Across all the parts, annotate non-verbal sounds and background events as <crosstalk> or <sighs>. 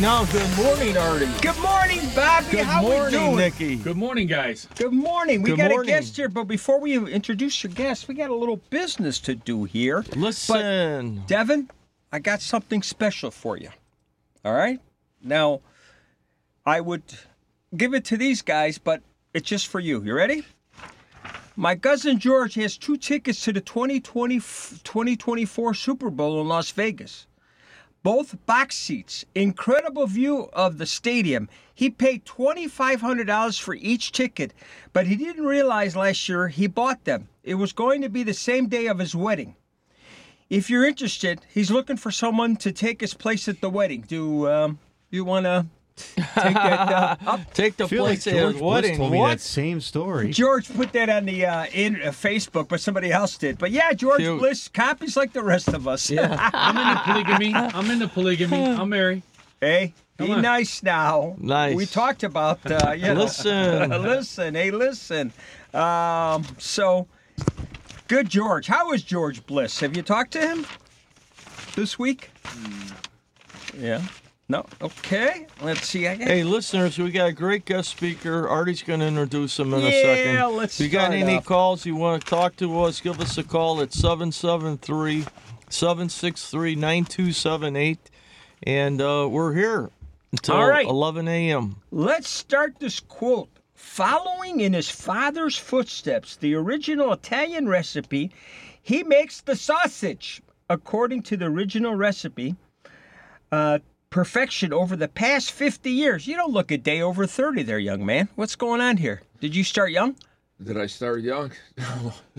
know. Good morning, Artie. Good morning, Bobby. Good How we morning, doing? Nikki. Good morning, guys. Good morning. We Good got morning. a guest here, but before we introduce your guest, we got a little business to do here. Listen. Devin, I got something special for you. All right? Now, I would give it to these guys, but it's just for you. You ready? My cousin George has two tickets to the 2020, 2024 Super Bowl in Las Vegas. Both box seats, incredible view of the stadium. He paid $2,500 for each ticket, but he didn't realize last year he bought them. It was going to be the same day of his wedding. If you're interested, he's looking for someone to take his place at the wedding. Do um, you want to take <laughs> that uh, up? Take the I feel like place at George his Bush wedding. told me What? that same story. George put that on the uh, in, uh, Facebook, but somebody else did. But yeah, George Cute. Bliss copies like the rest of us. <laughs> I'm into polygamy. I'm into polygamy. I'll marry. hey, be Come on. nice now. Nice. We talked about uh, you know, Listen. <laughs> listen. Hey, listen. Um, so good, George. How is George Bliss? Have you talked to him this week? Yeah. No. Okay. Let's see. I got Hey, listeners, we got a great guest speaker. Artie's going to introduce him in a Yeah, second. let's If you got start any off. calls you want to talk to us, give us a call at 773 763 9278. And uh, we're here until All right. 11 a.m. Let's start this quote. Following in his father's footsteps, the original Italian recipe, he makes the sausage. According to the original recipe, uh, perfection over the past 50 years. You don't look a day over 30 there, young man. What's going on here? Did you start young? Did I start young?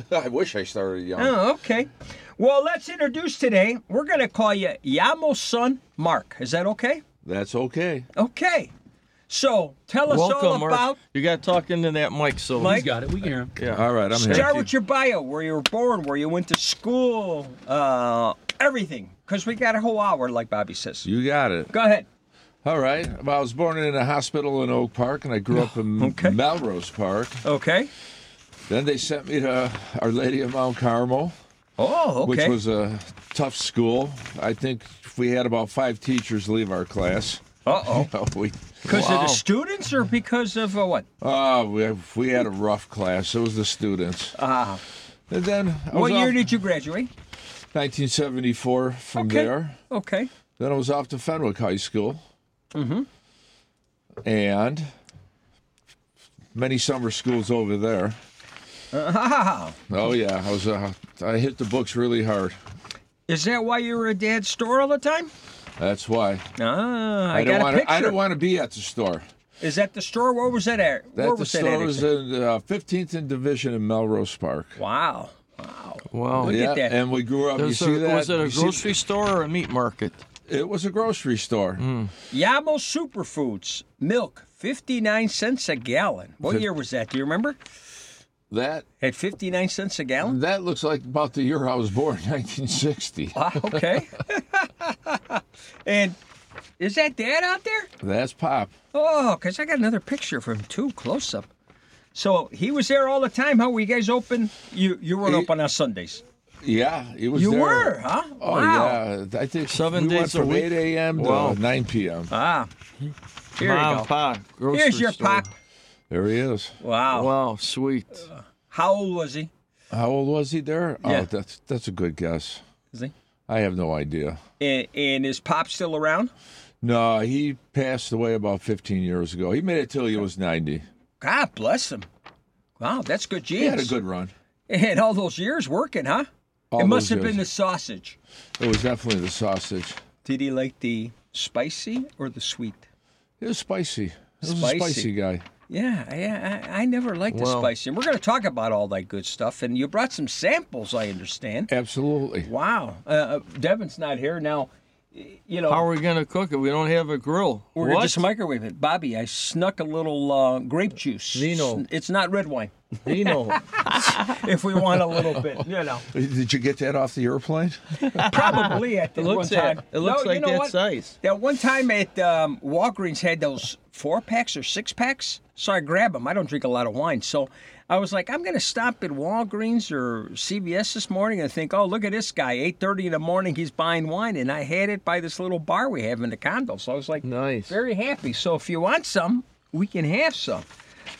<laughs> I wish I started young. Oh, okay. Well, let's introduce today. We're going to call you Yamo's son, Mark. Is that okay? That's okay. Okay. So tell us all Welcome, Mark. about. You got to talk into that mic, so Mike? He's got it. We can hear him. All right, I'm Start happy. with your bio, where you were born, where you went to school, uh, everything. Because we got a whole hour, like Bobby says. You got it. Go ahead. All right. Well, I was born in a hospital in Oak Park, and I grew up in Oh, Okay. Melrose Park. Okay. Then they sent me to Our Lady of Mount Carmel, Oh, okay. which was a tough school. I think we had about five teachers leave our class. uh oh. <laughs> we, Because of Wow. the students or because of uh, what? oh, we, we had a rough class. It was the students. Ah. And then I was what year off did you graduate? 1974 from Okay. there. Okay. Then I was off to Fenwick High School. Mm-hmm. And many summer schools over there. Ah. Oh yeah, I was. Uh, I hit the books really hard. Is that why you were at dad's store all the time? That's why Ah, I, don't got a want. picture. to. I don't want to be at the store. Is that the store? Where was that at? That where the was that store at? was in uh, 15th and Division in Melrose Park. wow. Wow. wow. Look at yeah, that. and we grew up. You There's see a- that? was it a You see- grocery store or a meat market? Hmm. It was a grocery store. Yamo Superfoods milk, 59 cents a gallon. What year was that? Do you remember? That At 59 cents a gallon? that looks like about the year I was born, <laughs> 1960. Ah, okay. and is that dad out there? That's pop. Oh, 'cause I got another picture of him too, close up. So he was there all the time, huh? Were you guys open? You you were He- open on Sundays. Yeah, it was. You there. were, huh? Oh wow. yeah, I think Seven we went days a from week? 8 a.m. to Wow. 9 p.m. Ah. Here Mom, you go. Pop, grocery Here's your store. pop. There he is. Wow. Uh, Wow, sweet. How old was he? How old was he there? Yeah. Oh, that's that's a good guess. Is he? I have no idea. And, and is pop still around? <laughs> No, he passed away about 15 years ago. He made it till he was 90. God bless him. Wow, that's good He had a genes. good run. And all those years working, huh? All it must those have been the years. sausage. It was definitely the sausage. Did he like the spicy or the sweet? It was spicy. It was Spicy. a spicy guy. Yeah, I, I, I never liked the Wow. spicy. And we're going to talk about all that good stuff. And you brought some samples, I understand. Absolutely. Wow. Uh, Uh, Devin's not here now. y- You know, How are we gonna cook it? We don't have a grill. what? we're gonna just microwave it. Bobby, I snuck a little uh, grape juice. Vino. It's not red wine. Vino. <laughs> If we want a little bit, you know. Did you get that off the airplane? <laughs> Probably at the It looks one time. at- it looks No, like you know that what? size. That one time at um, Walgreens had those four packs or six packs, so I grabbed them. I don't drink a lot of wine, so I was like, I'm going to stop at Walgreens or CVS this morning and think, oh, look at this guy. 8.30 in the morning, he's buying wine. And I had it by this little bar we have in the condo. So I was like, Nice. very happy. So if you want some, we can have some.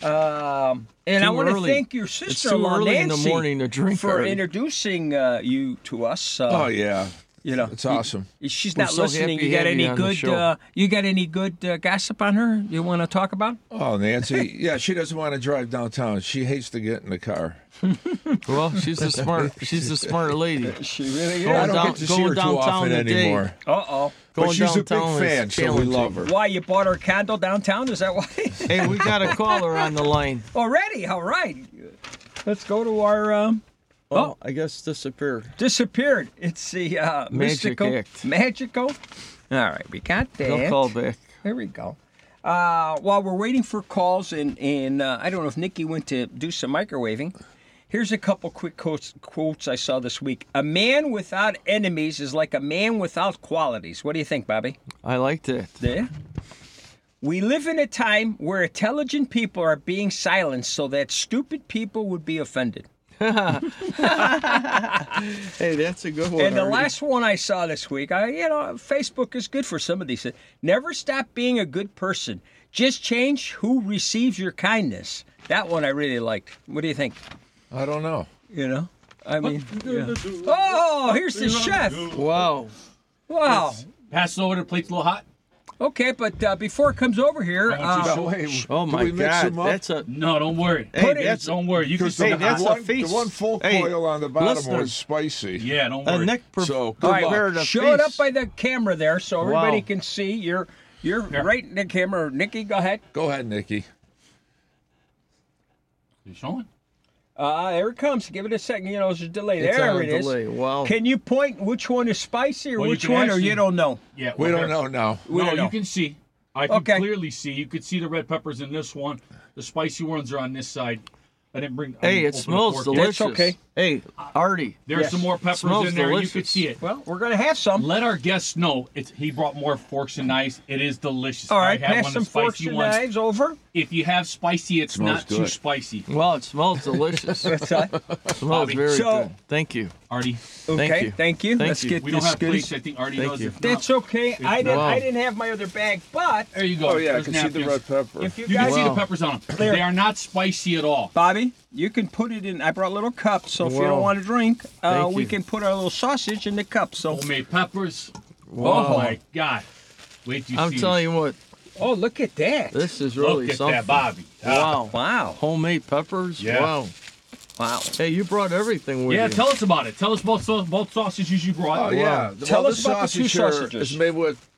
Um, and I Too want to early. thank your It's too sister-in-law early in the Nancy morning to drink for already. introducing uh, you to us. Uh, Oh yeah, you know, it's awesome. She's We're not so listening. happy You got having any you on the good? show. Uh, you got any good uh, gossip on her you want to talk about? Oh Nancy, yeah, she doesn't want to drive downtown. She hates to get in the car. <laughs> Well, she's a smart. She's a smart lady. <laughs> She I really Going don't down- get to see going her too downtown often today. anymore. Uh oh. But Going she's a big downtown is fan, so we challenging. love her. Why you bought her condo downtown? Is that why? <laughs> Hey, we got a caller on the line. Already, all right. Let's go to our um, Oh. I guess disappeared. disappeared. It's the uh, Magic mystical, act. magical. All right, we got that. They'll call back. There we go. Uh, while we're waiting for calls, and, and uh, I don't know if Nikki went to do some microwaving, here's a couple quick quotes, quotes I saw this week. A man without enemies is like a man without qualities. What do you think, Bobby? I liked it. There. We live in a time where intelligent people are being silenced so that stupid people would <laughs> be offended. Hey, that's a good one. And the last one I saw this week, I you know, Facebook is good for some of these. things. Never stop being a good person. Just change who receives your kindness. That one I really liked. What do you think? I don't know. You know, I mean, yeah. oh, here's the chef. Wow. Wow. Pass it over the plate's a little hot. Okay, but uh, before it comes over here, uh, So, hey, Oh do my we mix God. them up? That's a. No, don't worry. Hey, it- that's don't worry. You can Because see the, Hey, that's a one, the feast. one full Hey, coil on the bottom listeners. was spicy. Yeah, don't a worry. neck per- So, all good right, luck. prepared a show it up feast. by the camera there, so everybody Wow. can see. You're you're right in the camera. Nikki, go ahead. Go ahead, Nikki. You showing? Uh, there it comes. Give it a second. You know, there's a delay. It's there on it a is. delay. Wow. Can you point which one is spicy or Well, you which can one, or actually- you don't know? Yeah. We well, don't there. know now. We no, don't know. you can see. I can Okay. clearly see. You could see the red peppers in this one. The spicy ones are on this side. I didn't bring. I Hey, didn't it open the smells fork yet. delicious. okay. Hey, Artie. There's some more peppers Smells in there. delicious. You could see it. Well, we're gonna have some. Let our guests know it's, he brought more forks and knives. It is delicious. All right, I had pass one some of the forks spicy and ones. knives over. If you have spicy, it's Smells not too good. spicy. Wow, it smells <laughs> delicious. it That's it. smells very So- good. Thank you. Artie, Okay, Thank you. Thank you. Thank Let's you. get we don't this have good. plates. I think Artie Thank knows you. if not. That's okay. I didn't. Wow. I didn't have my other bag, but There you go. Oh yeah, I There's can see the napkins. red pepper. if you You can guys, see the Wow. peppers on them. They are not spicy at all. Bobby, you can put it in. I brought little cups, so if you Wow. don't want to drink, uh, Thank we you. can put our little sausage in the cup. So, Homemade peppers. Wow. Oh my God! Wait, till you I'm see telling you what, oh, look at that! this is Look really at something. that, Bobby. Ah. Wow. Wow! Homemade peppers. Yeah. Wow. Wow! Hey, you brought everything with Yeah, you. tell us about it. Tell us both sau- both sausages you Oh brought. yeah. Tell well, us this about the two sausage here sausages. It's made with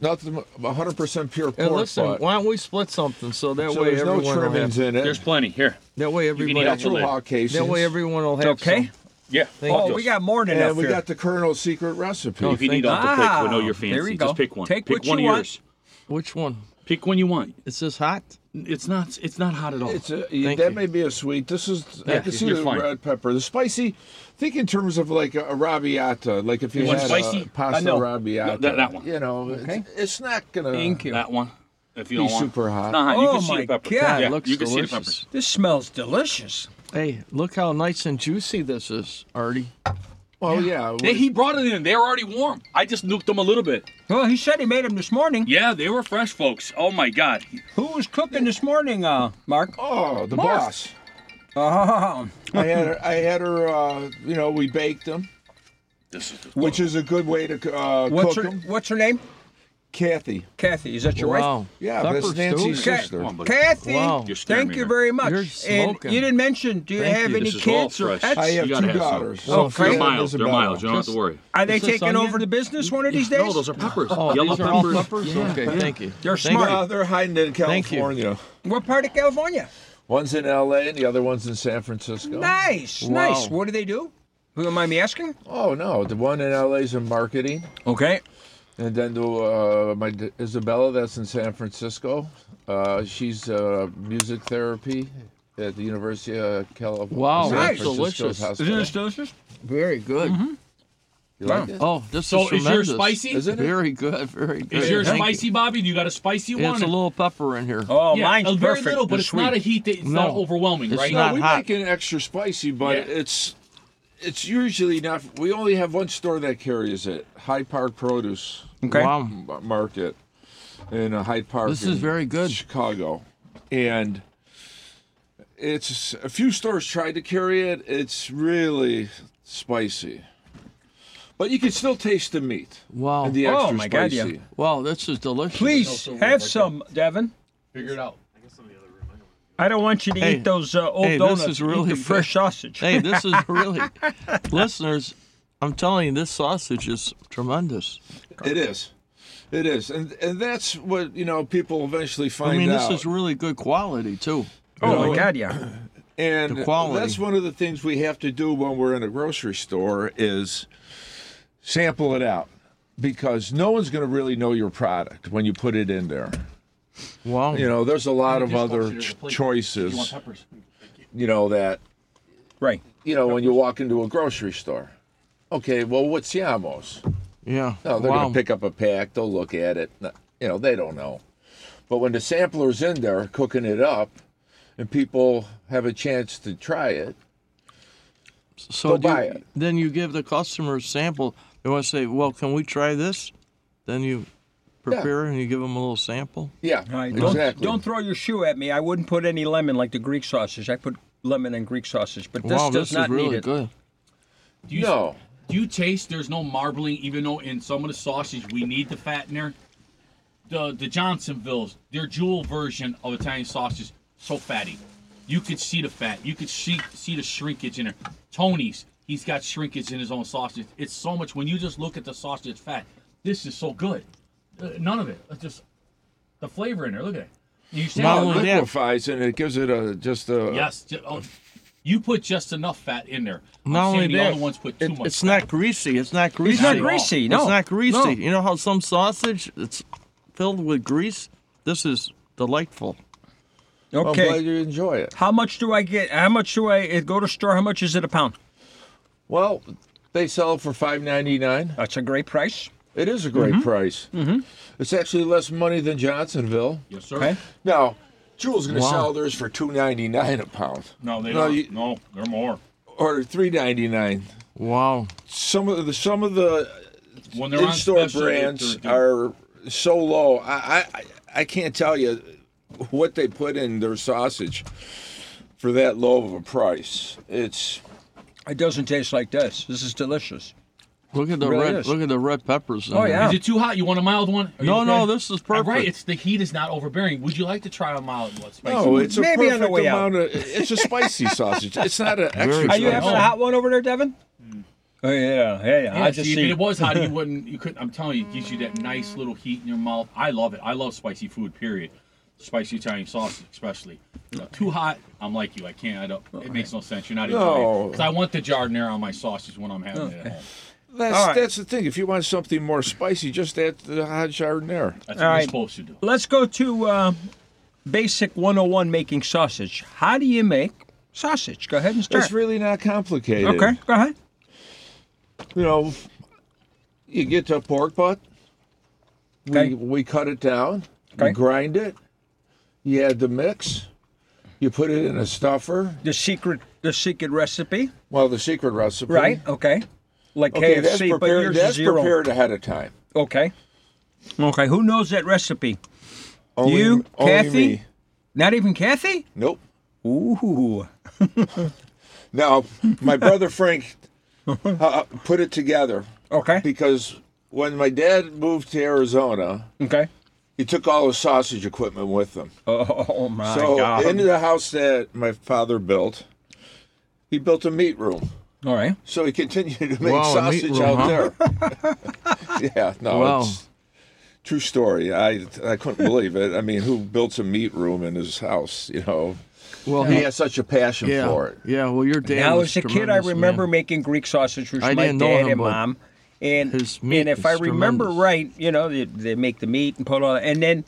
nothing, 100 percent pure pork. And listen, butt. why don't we split something so that so way there's no everyone will trimmings have. in it. There's plenty here. That way can eat everybody. all Natural hog casings. That way everyone will have. Okay. some. Yeah. Thank Oh, you. Oh, we got more than enough and we here. got the Colonel's secret recipe. If you need off the plate, we know you're fancy. There we go. Just pick one. Take pick what one you of want. yours. Which one? Pick one you want. Is this hot? It's not. It's not hot at all. It's a, you- Thank that you. may be a sweet. This is I Yeah, can see you're the fine. red pepper. The spicy. Think in terms of like a, a raviata, like if you, want had spicy? a pasta Uh, no. raviata. No, that- that one. You know, Okay. it's, it's not gonna. Thank you. that one. If you Be don't want. super hot. Nah, you Oh can see my the pepper. God, it Yeah, looks you can see the delicious. peppers. This smells delicious. Hey, look how nice and juicy this is, Artie. Well, Oh, yeah. They, he brought it in. They were already warm. I just nuked them a little bit. Well, he said he made them this morning. Yeah, they were fresh, folks. Oh my God. Who was cooking this morning, uh, Mark? Oh, the Mark. boss. Oh, I had her. I had her. Uh, you know, we baked them, This is. The, which is a good way to uh, what's cook her them. What's her name? Kathy. Kathy. Is that your Wow. wife? Yeah, Pepper that's Nancy's stew. Ka- sister. on, buddy. Kathy. Wow. You're scaring Thank me you here. very much. You're and smoking. you didn't mention. Do you Thank have you. any This is all kids or fresh. pets? I have You gotta two have some. daughters. Oh, Sophia they're Frank. and miles. They're Isabella. miles. You don't have to worry. Are they Is this taking onion? over the business one of these days? No, those are peppers. Oh, Yellow these are peppers. all peppers. Okay, thank you. They're Thank smart. No, Uh, they're hiding in Thank you. California. What part of California? One's in L.A. and the other one's in San Francisco. Nice, Wow. nice. What do they do? Who am I me asking? Oh no, the one in LA is in marketing, Okay. and then the uh, my d- Isabella that's in San Francisco. Uh, she's uh, music therapy at the University of California. Wow, San that's Francisco's delicious. hospital. Isn't this delicious? Very good. You like it? Oh, this is So is yours tremendous. spicy? Is it? Very good, very good. Is yours Thank you. spicy, Bobby? Do you got a spicy Yeah, one? It's a little pepper in here. Oh, yeah, mine's a very perfect. little, but They're it's not a sweet. heat that it's No. not overwhelming, It's right? not we hot. make it extra spicy, but Yeah. it's it's usually not. We only have one store that carries it, Hyde Park Produce Okay. Wow. M- Market in uh, Hyde Park. This is in very good. Chicago, and it's a few stores tried to carry it. It's really spicy, but you can still taste the meat. Wow. and the Oh, extra my God, spicy. yeah. Wow, this is delicious. Please so have good. some, Devin. Figure it out. I don't want you to Hey. eat those uh, old Hey, this donuts. is really eat the good. fresh sausage. Hey, this <laughs> is really listeners. I'm telling you, this sausage is tremendous. It is. It is, and and that's what you know. People eventually find I mean, out. this is really good quality too. oh know, my God, yeah. and The quality. that's one of the things we have to do when we're in a grocery store is sample it out because no one's going to really know your product when you put it in there Wow. you know there's a lot of Just other option is ch- a plate. You want choices peppers? you know that Right. you know when you walk into a grocery store okay well what's yamos yeah. no Oh, they're wow. going to pick up a pack they'll look at it no- you know they don't know but when the sampler's in there cooking it up and people have a chance to try it so go do you- buy it. Then you give the customer a sample. They want to say, "Well, can we try this?" Then you prepare and you give them a little sample. yeah All right, don't, exactly don't throw your shoe at me. I wouldn't put any lemon like the Greek sausage. I put lemon and Greek sausage, but this wow, does this not is really need it. good. Do you, no Do you taste there's no marbling, even though in some of the sausage we need the fat in there? The the Johnsonville's, their jewel version of Italian sausage, so fatty. You could see the fat. You could see see the shrinkage in there. Tony's, he's got shrinkage in his own sausage. It's so much when you just look at the sausage fat. This is so good. Uh, none of it. It's just the flavor in there. Look at it. You say Not Well, only it that- uh, liquefies and it gives it a just a yes. ju- oh, you put just enough fat in there. I'm Not only saying the that, other ones put too it- much. it's not greasy. It's not greasy. It's not greasy. No, It's not greasy. No. You know how some sausage it's filled with grease. This is delightful. I'm Okay. glad you enjoy it. How much do I get? How much do I it go to store? How much is it a pound? Well, they sell it for five ninety nine. That's a great price. It is a great price. Mm-hmm. It's actually less money than Johnsonville. yes, sir. Okay. Now, Jewel's going to Wow. sell theirs for two ninety nine a pound No, they No, don't. you- no, they're more. or three ninety nine. Wow. Some of the some of the When they're in on store special, they're- brands they're- are so low. I, I- I I can't tell you what they put in their sausage for that low of a price. It's It doesn't taste like this. This is delicious. Look at the really red. is. Look at the red peppers. in Oh, there. yeah. Is it too hot? You want a mild one? Are you No, okay? no, this is perfect. Right, it's the heat is not overbearing. Would you like to try a mild one? Spicy No, one? it's a Maybe on perfect the way out. amount of. It's a <laughs> spicy sausage. It's not an Very extra. Are you having spicy. a hot one over there, Devin? Oh yeah, yeah, yeah. Yeah, I just see, Hmm. if see. it was <laughs> hot, you wouldn't. You couldn't. I'm telling you, it gives you that nice little heat in your mouth. I love it. I love spicy food. Period. Spicy Italian sausage, especially. You know, too hot, I'm like you. I can't. I don't. It makes no sense. You're not enjoying it. No. 'Cause I want the jardinera on my sausage when I'm having it at home. That's, All right. that's the thing. If you want something more spicy, just add the hot chardonnay. That's All what right. you're supposed to do. Let's go to uh, basic 101 making sausage. How do you make sausage? Go ahead and start. It's really not complicated. okay, go ahead. You know, you get to a pork butt. Okay. We, we cut it down. Okay. You grind it. You add the mix. You put it in a stuffer. The secret, the secret recipe, Well, the secret recipe. right? Okay. Like Okay, that's KFC, but prepared. yours is That's zero. prepared ahead of time. Okay. Okay. Who knows that recipe? Only, You, only Kathy? me. Not even Kathy? Nope. Ooh. Now, <laughs> my brother Frank uh, put it together Okay. because when my dad moved to Arizona, Okay. he took all his sausage equipment with him. Oh my so, god. into the house that my father built, he built a <laughs> meat room. All right. So he continued to make Wow, a meat sausage room, out huh? there. yeah, no, Wow. it's true story. I I couldn't believe it. I mean, who builds a meat room in his house? You know, Well, he he- has such a passion yeah, for it. yeah. Well, your dad. Now, was as a kid, I tremendous, remember man. making Greek sausage with I my didn't know dad him, and but mom. And, his meat and if is I remember tremendous. right, you know, they, they make the meat and put all that. And then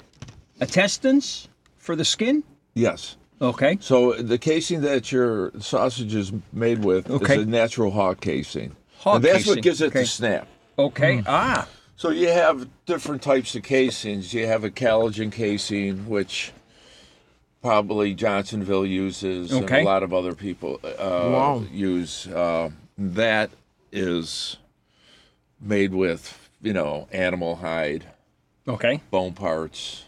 intestines for the skin. Yes. Okay. So the casing that your sausage is made with Okay. is a natural hog casing. hog and that's casing. what gives it okay. the snap. Okay. Ah. So you have different types of casings. You have a collagen casing, which probably Johnsonville uses, and Okay. a lot of other people uh, Wow. use. Uh, that is made with, you know, animal hide, Okay. bone parts.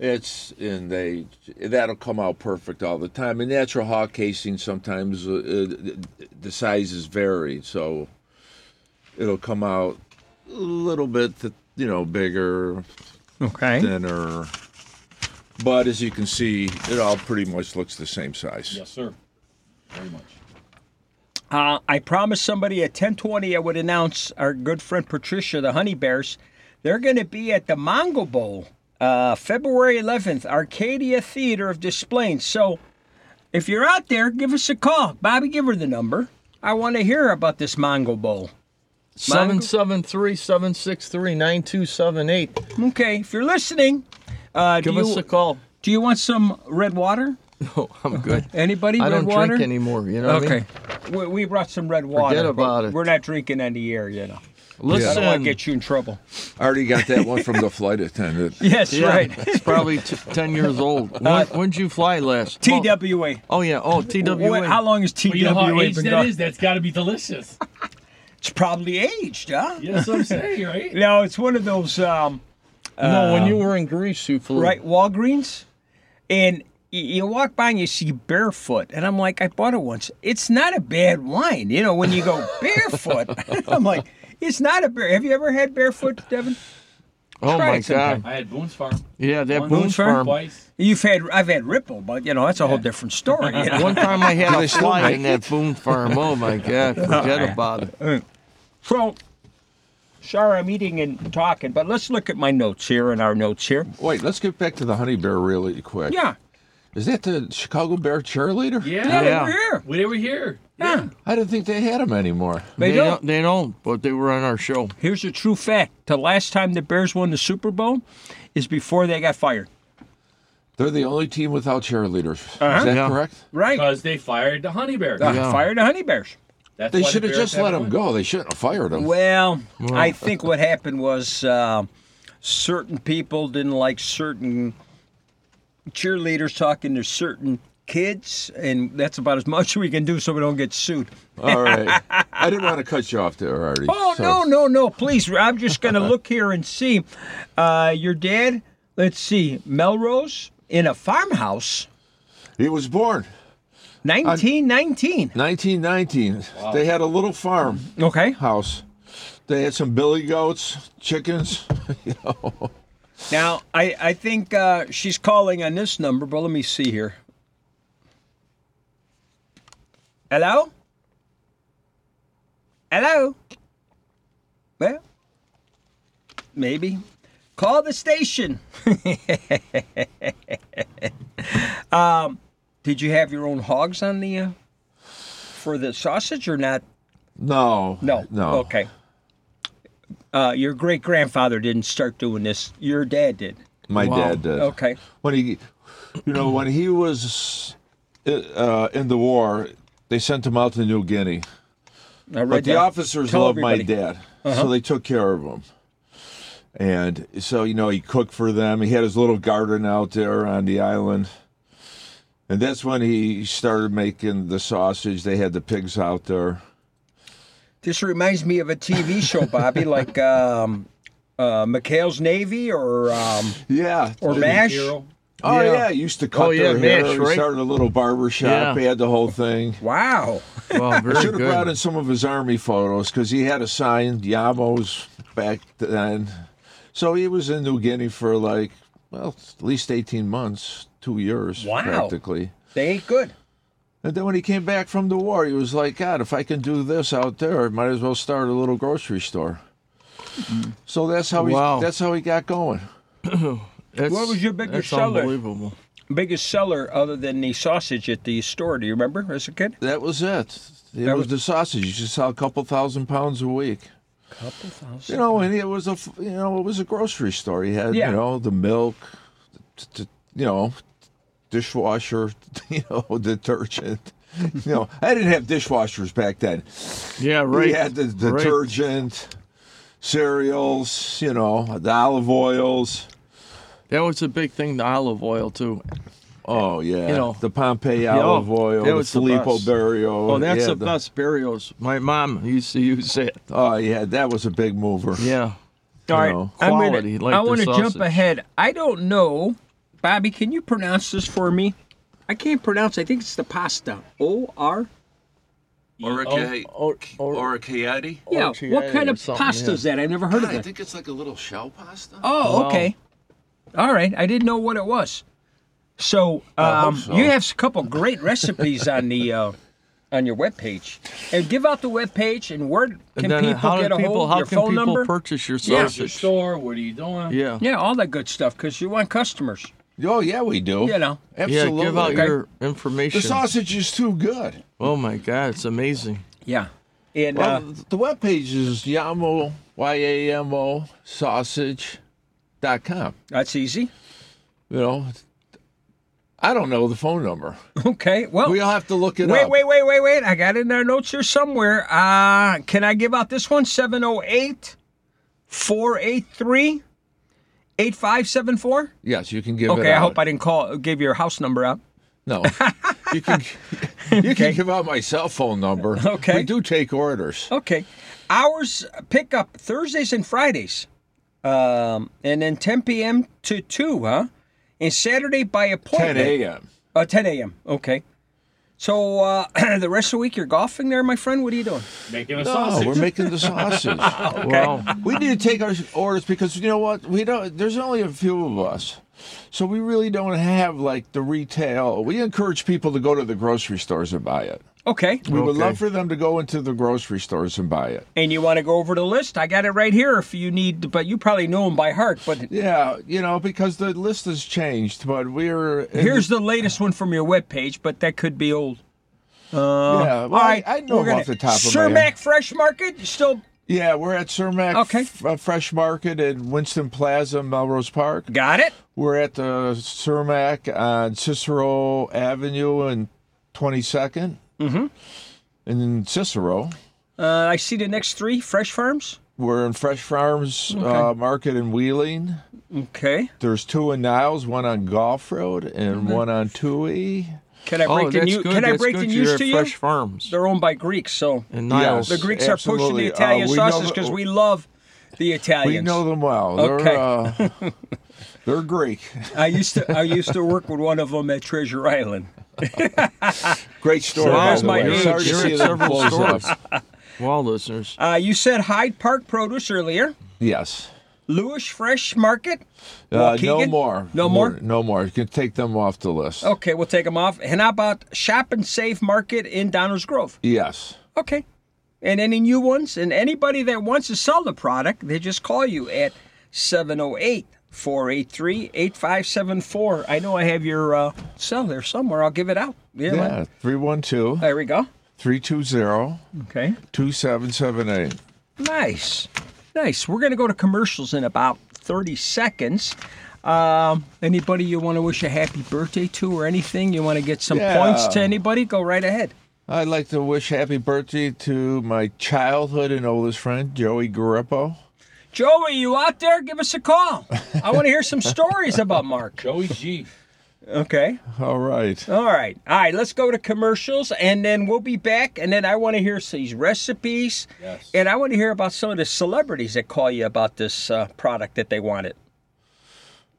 It's and they that'll come out perfect all the time. And natural hog casing sometimes uh, uh, the sizes vary, so it'll come out a little bit you know bigger, Okay. thinner. But as you can see, it all pretty much looks the same size. Yes, sir. Very much. Uh, I promised somebody at 10:20 I would announce our good friend Patricia, the Honey Bears. They're going to be at the Mongo Bowl, uh, February 11th, Arcadia Theater of Displays. So, if you're out there, give us a call. Bobby, give her the number. I want to hear about this Mongo Bowl. 773 763 9278. Okay, if you're listening, uh, do Give us you a call. do you want some red water? <laughs> No, I'm good. Anybody? I red don't water? drink anymore. You know what I mean? Okay, we, we brought some red water. but about it. We're not drinking on the air, you know. I don't want Listen, to get you in trouble. I already got that one from the <laughs> flight attendant. <laughs> <laughs> Yes, yeah, right. it's probably t- 10 years old. When, when'd you fly last? Oh, TWA. Oh, yeah. Oh, TWA. Wait, how long has TWA But you know how aged been that going? is? That's got to be delicious. <laughs> It's probably aged, huh? Yes, I'm saying, <laughs> right? No, it's one of those um, uh, no, when you were in Greece, you flew. right Walgreens, and y- you walk by and you see barefoot, and I'm like, I bought it once. It's not a bad wine, you know. When you go <laughs> barefoot, I'm like, it's not a bear. Have you ever had barefoot, Devin? <laughs> Oh, Try my it sometime. God. I had Boone's Farm Yeah, that One Boone Boone's Farm? Farm. twice. You've had, I've had Ripple, but you know that's a whole different <laughs> story. you know? One time I had a fly in that Boone Farm. Oh, my God. <laughs> Forget about it. So, sorry, I'm eating and talking, but let's look at my notes here and our notes here. Wait, let's get back to the honey bear really quick. Yeah, Is that the Chicago Bear cheerleader? yeah, Yeah. they Yeah. we're here. We were here. Yeah. I didn't think they had him anymore. They, They don't. don't, they don't, but they were on our show. Here's a true fact. The last time the Bears won the Super Bowl is before they got fired. They're the only team without cheerleaders. Uh-huh. Is that Yeah. correct? Right. Because they fired the Honey Bear. Uh, Yeah. Fired the Honey Bears. That's They why the should have Bears just let haven't him won. go. They shouldn't have fired him. Well, I think what happened was uh, certain people didn't like certain cheerleaders talking to certain kids, and that's about as <laughs> much we can do so we don't get sued. All <laughs> right. I didn't want to cut you off there, Artie. Oh so- no, no, no! Please, I'm just <laughs> gonna look here and see. Uh, your dad? Let's see, Melrose in a farmhouse, He was born 1919. 1919. They had a little farm Okay. house. They had some billy goats, chickens. <laughs> you know. Now, I, I think uh, she's calling on this number, but let me see here. Hello? Hello? Well, maybe. Call the station. <laughs> um, Um, did you have your own hogs on the uh, for the sausage or not? No. No. No. Okay. Uh, your great grandfather didn't start doing this. Your dad did. My dad did. Okay. when he, you know, when he was uh, in the war, they sent him out to New Guinea. I read But the that. officers Tell loved my everybody. Uh-huh. dad, so they took care of him. And so you know, he cooked for them. He had his little garden out there on the island, and that's when he started making the sausage. They had the pigs out there. This reminds me of a TV <laughs> show, Bobby, like um, uh, McHale's Navy or um, Yeah. or Mash. Hero. Oh Yeah. yeah. he used to cut Oh, yeah, their hair. Mash, he right? started a little barber shop. Yeah. He had the whole thing. Wow. <laughs> Well, very Should have good. brought in some of his army photos because he had a sign Yamos back then. So he was in New Guinea for like, well, at least 18 months, two years Wow. practically. They ain't good. And then when he came back from the war, he was like, God, if I can do this out there, I might as well start a little grocery store. So that's how Mm-hmm. Wow. he that's how he got going. <clears throat> That's- What was your biggest that's seller? Unbelievable. Biggest seller other than the sausage at the store. Do you remember as a kid? That was it. It That was, was- the sausage. You should sell a couple thousand pounds a week. Couple thousand. You know, and it was a f- you know it was a grocery store. He had Yeah. you know the milk, t- t- you know, dishwasher, <laughs> you know, detergent. <laughs> You know, I didn't have dishwashers back then. Yeah, We right. had the right. detergent, cereals, you know, the olive oils. That was a big thing, the olive oil too. Oh yeah, You know. the Pompeii olive oil, that the was the Filippo best. Berrio. Oh, that's yeah, the best burials. My mom used to use it. Oh yeah, that was a big mover. Yeah. All right, know, I'm gonna- quality, like I the want to jump sausage. ahead. I don't know, Bobby. Can you pronounce this for me? I can't pronounce. I think it's the pasta. O R. Orica- Oh, or- or- Oricchiati? Yeah. Orchard What kind or of something, pasta is that? I've never heard of I it. think it's like a little shell pasta. Oh, Wow. okay. All right. I didn't know what it was. So, um, so. you have a couple great recipes on the uh, on your webpage. And give out the webpage and where can And then people how get do a people hold how your can phone people number? purchase your Yeah. sausage? Your store, what are you doing? Yeah. yeah, all that good stuff because you want customers. Oh yeah, we do. You know. Yeah, absolutely. give out Okay. your the information. sausage is too good. Oh my god, it's amazing. Yeah. And Well, uh, the webpage is yamo y a m o sausage dot com. that's easy. You know, I don't know the phone number. Okay. Well, We'll have to look it wait, up. wait, wait, wait, wait. I got it in our notes here somewhere. Uh, can I give out this one? 708 483 8574. Yes, you can give it. Okay, I out. hope I didn't call give your house number <laughs> out. No, you can. You Okay. can give out my cell phone number. Okay. we do take orders. Okay. Hours pick up Thursdays and Fridays. Um, and then 10 p.m. to 2, huh? And Saturday by 10 appointment. a.m. Uh, 10 a.m. Okay. So uh, <clears throat> the rest of the week you're golfing there, my friend? What are you doing? Making a Oh, sausage. we're making the <laughs> <laughs> sausage. Wow. we need to take our orders because you know what? We don't. There's only a few of us, so we really don't have like the retail. We encourage people to go to the grocery stores and buy it. Okay. We would Okay. love for them to go into the grocery stores and buy it. and you want to go over the list, I got it right here. If you need, but you probably know them by heart. But Yeah, you know, because the list has changed, but we're here's the latest one from your webpage, but that could be old. Uh, yeah. Well, All right, I, I know we're 'em gonna, off the top Sir of my Mac head. Fresh Market you still Yeah, we're at Cermak Okay. F- uh, Fresh Market in Winston Plaza, Melrose Park. got it. We're at the Cermak on Cicero Avenue and 22nd. Mm-hmm. And in Cicero, Uh, I see the next three Fresh Farms. we're in Fresh Farms uh, Market in Wheeling. Okay, Mm-hmm. There's two in Niles, one on Golf Road and one on Tui. can I break oh, the that's news? good. Can I that's break the good. news You're to at you? Fresh Farms They're owned by Greeks, so and Niles. Yes. the Greeks are pushing Absolutely. the Uh, Italian we know sauces the- because we love the Italians. We know them well. Okay. They're, <laughs> uh, they're Greek. I used to I used to work with one of them at Treasure Island. <laughs> Great store. Wow, by the my way. age. Sorry to You're see at them several close up. stores. Wow, listeners. Uh, you said Hyde Park Produce earlier. Yes. Lewis Fresh Market. Uh, no Waukegan? more. No more? Oh. No more. You can take them off the list. Okay, we'll take them off. And how about Shop and Save Market in Downers Grove? Yes. Okay. And any new ones? And anybody that wants to sell the product, they just call you at 708 483 8574. I know I have your uh, cell there somewhere. I'll give it out. Yeah. man. Yeah. 312 There we go. 320 Okay. 2778. Nice. Nice. We're going to go to commercials in about 30 seconds. Um, anybody you want to wish a happy birthday to or anything? You want to get some Yeah. points to anybody? Go right ahead. I'd like to wish happy birthday to my childhood and oldest friend, Joey Garippo. Joey, you out there? Give us a call. I want to hear some stories about Mark. Joey G. Okay. All right. All right. All right. Let's go to commercials and then we'll be back. And then I want to hear some these recipes. Yes. And I want to hear about some of the celebrities that call you about this uh, product that they wanted.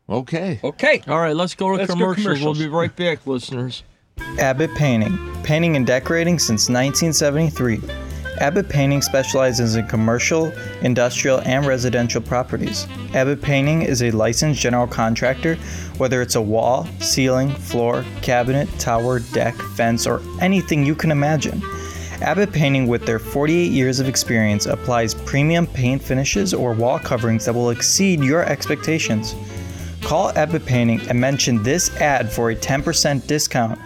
Okay. Okay. All right, let's go to Let's go commercials. commercials. We'll be right back, listeners. Abbott Painting, painting and decorating since 1973. Abbott Painting specializes in commercial, industrial, and residential properties. Abbott Painting is a licensed general contractor, whether it's a wall, ceiling, floor, cabinet, tower, deck, fence, or anything you can imagine. Abbott Painting, with their 48 years of experience, applies premium paint finishes or wall coverings that will exceed your expectations. Call Abbott Painting and mention this ad for a 10% discount.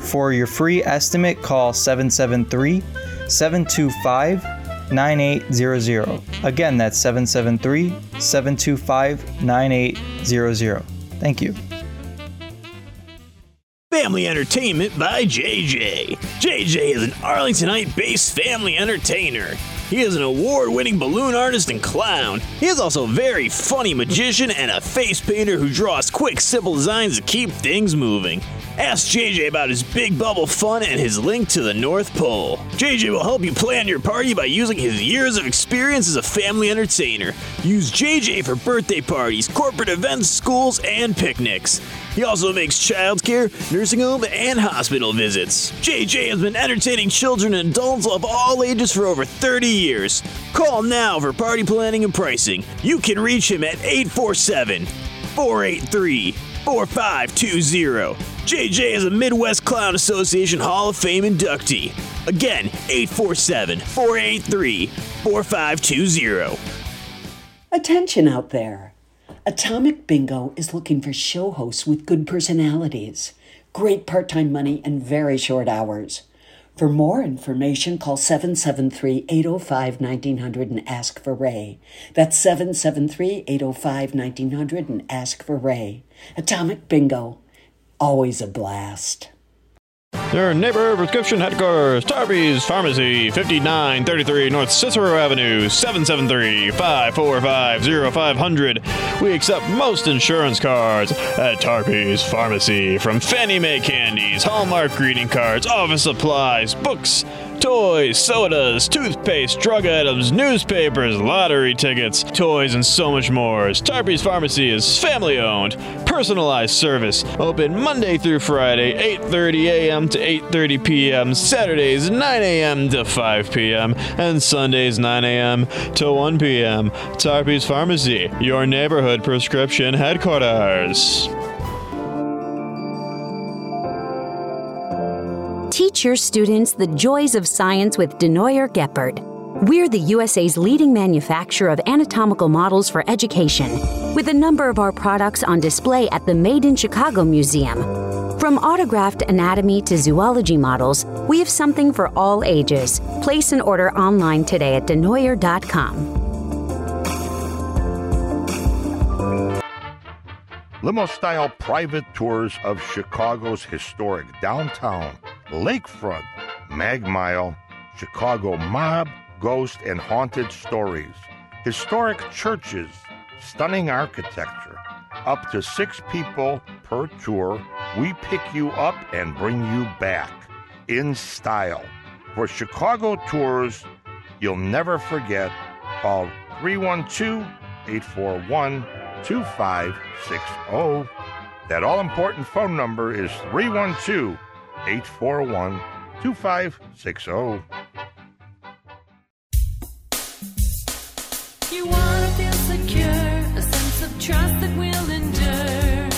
For your free estimate, call 773 725 9800. Again, that's 773 725 9800. Thank you. Family Entertainment by JJ. JJ is an Arlingtonite based family entertainer. He is an award winning balloon artist and clown. He is also a very funny magician and a face painter who draws quick, simple designs to keep things moving. Ask JJ about his big bubble fun and his link to the North Pole. JJ will help you plan your party by using his years of experience as a family entertainer. Use JJ for birthday parties, corporate events, schools, and picnics. He also makes childcare, nursing home, and hospital visits. JJ has been entertaining children and adults of all ages for over 30 years. Call now for party planning and pricing. You can reach him at 847 483 4520. JJ is a Midwest Clown Association Hall of Fame inductee. Again, 847 483 4520. Attention out there! Atomic Bingo is looking for show hosts with good personalities, great part time money, and very short hours. For more information, call 773 805 1900 and ask for Ray. That's 773 805 1900 and ask for Ray. Atomic Bingo, always a blast. Your neighbor prescription headquarters, Tarby's Pharmacy, 5933 North Cicero Avenue, 773-545-0500. We accept most insurance cards at Tarby's Pharmacy, from Fannie Mae candies, Hallmark greeting cards, office supplies, books, toys, sodas, toothpaste, drug items, newspapers, lottery tickets, toys, and so much more. Tarby's Pharmacy is family owned, personalized service, open Monday through Friday, 8:30 a.m. to 8:30 p.m., Saturdays 9 a.m. to 5 p.m., and Sundays 9 a.m. to 1 p.m. Tarby's Pharmacy, your neighborhood prescription headquarters. Teach your students the joys of science with Denoyer Geppert. We're the USA's leading manufacturer of anatomical models for education, with a number of our products on display at the Made in Chicago Museum. From autographed anatomy to zoology models, we have something for all ages. Place an order online today at denoyer.com. limo style private tours of Chicago's historic downtown, lakefront, Mag Mile, Chicago mob, ghost, and haunted stories, historic churches, stunning architecture. Up to six people per tour, we pick you up and bring you back in style. For Chicago tours you'll never forget, call 312 841 2560. oh. That all important phone number is 312 841 2560. You wanna feel secure, a sense of trust that will endure.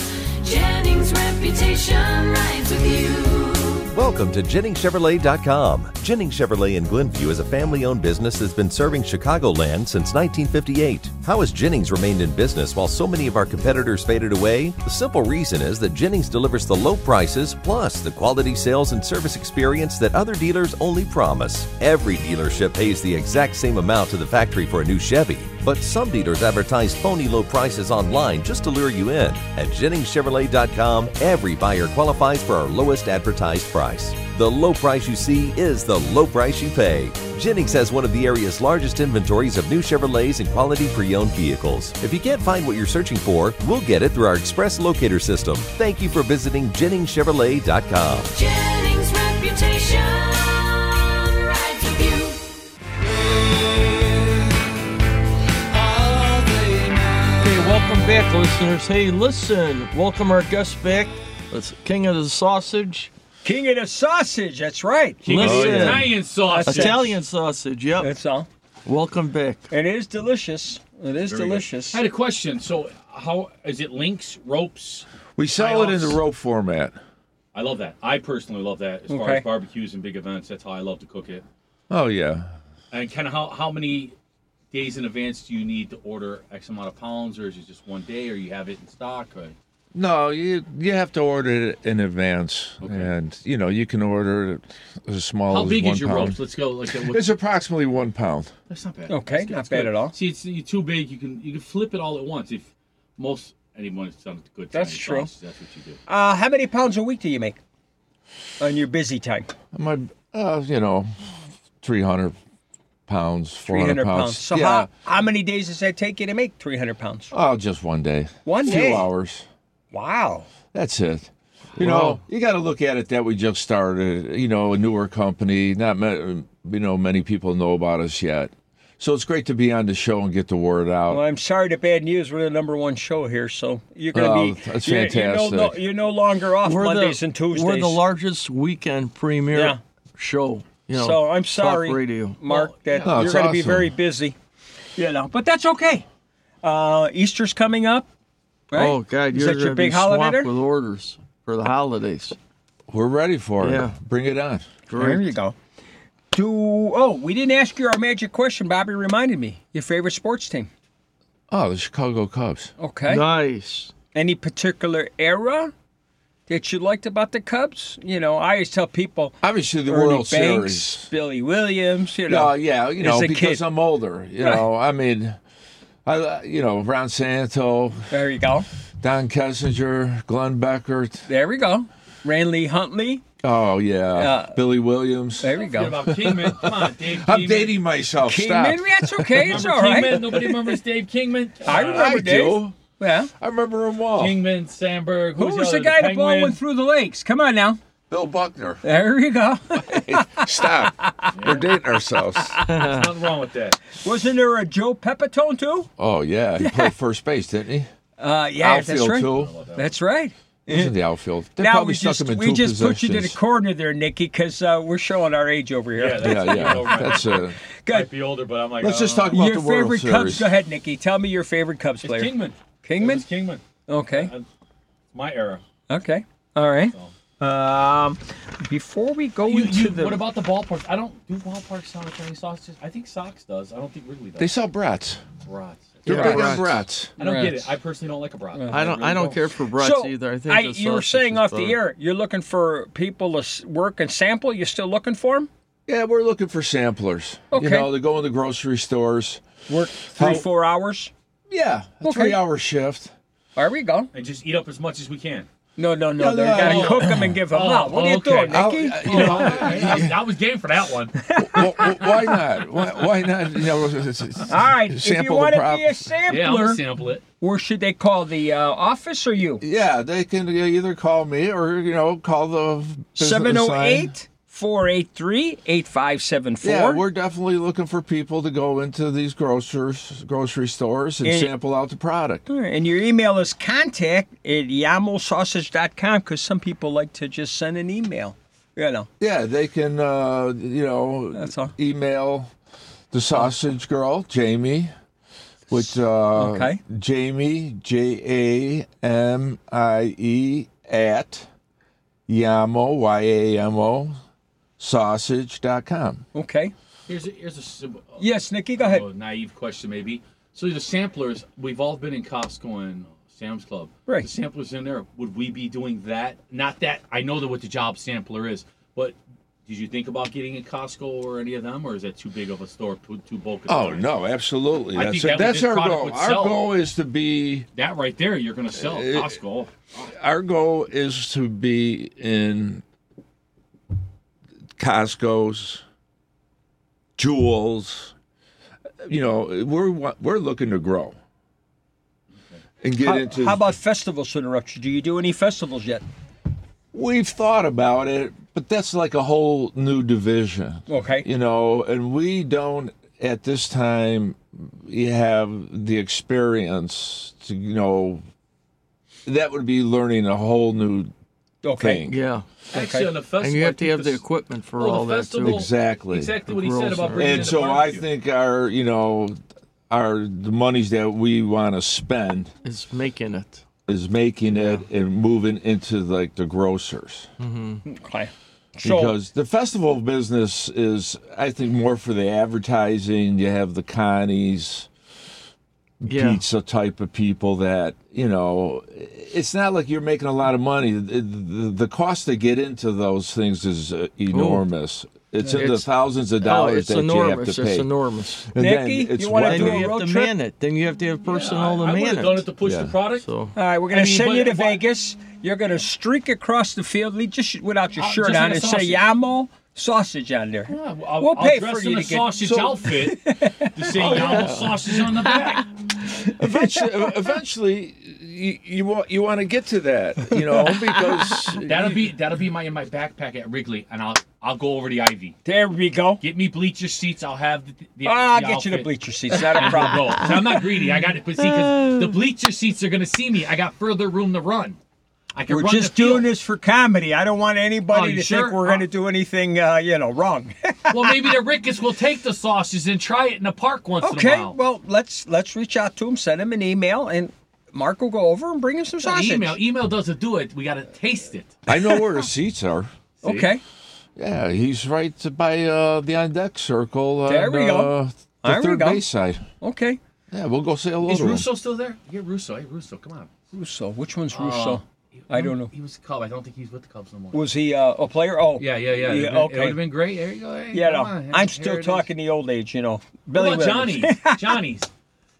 Jennings' reputation rides with you. Welcome to JenningsChevrolet.com. Jennings Chevrolet in Glenview is a family owned business that's been serving Chicagoland since 1958. How has Jennings remained in business while so many of our competitors faded away? The simple reason is that Jennings delivers the low prices plus the quality sales and service experience that other dealers only promise. Every dealership pays the exact same amount to the factory for a new Chevy, but some dealers advertise phony low prices online just to lure you in. At JenningsChevrolet.com, every buyer qualifies for our lowest advertised price. The low price you see is the low price you pay. Jennings has one of the area's largest inventories of new Chevrolets and quality pre owned vehicles. If you can't find what you're searching for, we'll get it through our express locator system. Thank you for visiting JenningsChevrolet.com. Jennings' reputation rides with you. Okay, welcome back, listeners. Hey, listen, welcome our guest back. Let's King of the Sausage. King of the Sausage, that's right. King of the Italian sausage. Italian sausage, yep. That's all. Welcome back. It is delicious. It is delicious. I had a question. So, how is it links, ropes? We sell it in the tie-offs? rope format. I love that. I personally love that as far Okay. as barbecues and big events. That's how I love to cook it. Oh yeah. And kind of how, how many days in advance do you need to order X amount of pounds, or is it just one day, or you have it in stock? Or... No, you you have to order it in advance, and you know you can order it as small How as big one is your pound. ropes? Let's go. Like that. It's approximately one pound. That's not bad. That's Okay, good. not That's bad good. at all. See, it's you're too big. You can you can flip it all at once. If most anyone has done good, That's Chinese true. sausage, that's what you do. Uh, how many pounds a week do you make? On your busy time. My, uh, you know, 300 pounds, 400 pounds. So yeah. how, how many days does that take you to make 300 pounds? Oh, just one day. One day? Few hours. Wow. That's it. You Wow. know, you got to look at it that we just started, you know, a newer company. Not, ma- you know, many people know about us yet. So it's great to be on the show and get the word out. Well, I'm sorry to bad news. We're the number one show here, so you're going to Oh, be. that's you're, You're no, fantastic. you're no longer off We're the- Mondays and Tuesdays. We're the largest weekend premiere Yeah. show. You know, so I'm talk sorry, radio. Mark, Oh, that No, Oh, you're it's going to be awesome. very busy. You know, but that's okay. Uh, Easter's coming up. Right? Oh God, Is you're that gonna your big be holiday swamped there? with orders for the holidays. We're ready for it. Yeah. Bring it on. There you go. Do oh, we didn't ask you our magic question. Bobby reminded me. Your favorite sports team? Oh, the Chicago Cubs. Okay. Nice. Any particular era that you liked about the Cubs? You know, I always tell people. Obviously, the Ernie World Banks, Series. Billy Williams. You know. No, yeah, you know, as a because kid. I'm older. You Right. know, I mean, I you know, Ron Santo. There you go. Don Kessinger, Glenn Becker. There we go. Ranley Huntley. Oh yeah, Uh, Billy Williams. There we go. About Kingman. Come on, Dave <laughs> I'm Kingman. dating myself. Kingman, Stop. yeah, <laughs> it's okay. It's all Remember right. Kingman? Nobody <laughs> remembers Dave Kingman? Uh, I remember I Dave. do. Yeah. I remember them all. Kingman, Sandberg. Who who's was the other? guy the ball Penguin? went through the lakes? Come on now. Bill Buckner. There you go. <laughs> Stop. We're dating ourselves. <laughs> There's nothing wrong with that. Wasn't there a Joe Pepitone too? Oh yeah, he played first base, didn't he? Uh, yeah, that's Outfield, right. too. That's right. He was in the outfield. They now probably we stuck just him in we two just put you to the positions. corner there, Nikki, because uh, we're showing our age over here. Yeah, Yeah, yeah. Over. That's uh, Good. Might be older, but I'm like. Let's I just don't talk about your the World favorite Cubs. Series. Go ahead, Nikki. Tell me your favorite Cubs know. player. Kingman. Kingman? It's Kingman. Okay. My era. Okay. All right. Um, before we go You, into you, the What about the ballparks? I don't do ballpark solitary sausages. I think Sox does. I don't think Wrigley does. They sell brats. brats. That's They're right. Yeah. big Brats. on brats. I don't get Brats. it. I personally don't like a brat. I don't. I don't care for brats Uh-huh. so, either. I think the you were sausage saying is off the better. air, you're looking for people to s- work and sample. You're still looking for them? Yeah, we're looking for samplers. Okay. You know, they go in the grocery stores. Work three, How- four hours. Yeah, a Okay. three-hour shift. There we go. And just eat up as much as we can. No, no, no. No, they no, gotta no. cook them and give them Oh, out. What are you okay. doing, I'll- Nikki? uh, you know, <laughs> I, was- I was game for that one. wh- wh- <laughs> why not? Why, why not? You know, s- s- All right. If you sample the want to prop. be a sampler, Yeah, I'm gonna sample it. or should they call the uh, office or you? Yeah, they can either call me or you know call the business line. 708 483 8574. Yeah, we're definitely looking for people to go into these grocers, grocery stores, and And- sample out the product. And your email is contact at yamelsausage.com because some people like to just send an email. You know, Yeah, they can, uh, you know, That's all. email the sausage girl, Jamie, which uh, Okay. Jamie J A M I E at Yamo Y A M O sausage dot com. okay. Here's a, here's a simple, uh, Yes, Nikki, go ahead. uh, naive question maybe. So the samplers, we've all been in Costco and Sam's Club. Right. The samplers in there. Would we be doing that? Not that I know that what the job sampler is, but did you think about getting a Costco or any of them, or is that too big of a store, too, too bulk? a Oh store? no, absolutely. I That's think that would- that's this our product goal. would Our sell. goal is to be That right there, you're gonna sell Uh, Costco. our goal is to be in Costco's, Jewels. You know, we're wa- we're looking to grow and get How, into. how about festivals to interrupt you? Do you do any festivals yet? We've thought about it, but that's like a whole new division. Okay. You know, and we don't at this time you have the experience to you know that would be learning a whole new Okay. thing. Yeah, Actually, on the festival, and you I have to think have the this- equipment for well, the all that too. festival- Exactly. Exactly what he said Grocery. about bringing in and the so I barbecue. think our you know our the monies that we want to spend Is making it. is making it and moving into like the grocers Okay. So, because the festival business is I think more for the advertising. You have the Connies, Yeah. pizza type of people that you know. It's not like you're making a lot of money. The, the, the cost to get into those things is uh, enormous. It's in the It's- thousands of Oh, dollars it's that enormous. you have to pay. It's enormous. And Nicky, then it's you wanna Then when do you a have road to trip? man it. Then you have to have personnel I to would man have done it it. to push Yeah. the product. So <laughs> all right, we're going I to mean, send but- you to but- Vegas. You're going to streak across the field le- just without your Uh, shirt just on like and a say sausage. Yamo sausage on there. I'll, I'll we'll pay dress for in you a to get sausage <laughs> So- outfit to say Oh, oh, yeah. sausage on the back. eventually, eventually, you, you want you want to get to that, you know, <laughs> because that'll be that'll be my in my backpack at Wrigley, and I'll I'll go over the Ivy. There we go. Get me bleacher seats. I'll have the. the Ah, I'll the get you the outfit. bleacher seats, not a And we'll problem. go. 'Cause I'm not greedy. I got it, but see, <sighs> 'cause the bleacher seats are gonna see me. I got further room to run. I can we're run just the field. doing this for comedy. I don't want Oh, anybody you to sure? think we're going to do anything, uh, you know, wrong. well, maybe the Ricketts will take the sausages and try it in the park <laughs> once in a okay, while. well, let's let's reach out to him, send him an email, and Mark will go over and bring him some No, the sausage. Email, email doesn't do it. We gotta taste it. I know where the seats are. <laughs> Okay. Yeah, he's right by uh, the on deck circle. There on, we go. Uh, the There we third go. base side. Okay. Yeah, we'll go say hello Is to him. Russo still there? Yeah, Russo. Hey, Russo, come on. Russo, which one's Uh, Russo? he- I don't know. He was a Cub. I don't think he's with the Cubs no more. Was he uh, a player? Oh, Yeah, yeah, yeah. It would've been- It would okay. have been great. There you go. Hey, yeah, come no, on. Here- I'm here still it is. talking the old age, you know. What Billy about Williams. Johnny's? <laughs> Johnny's.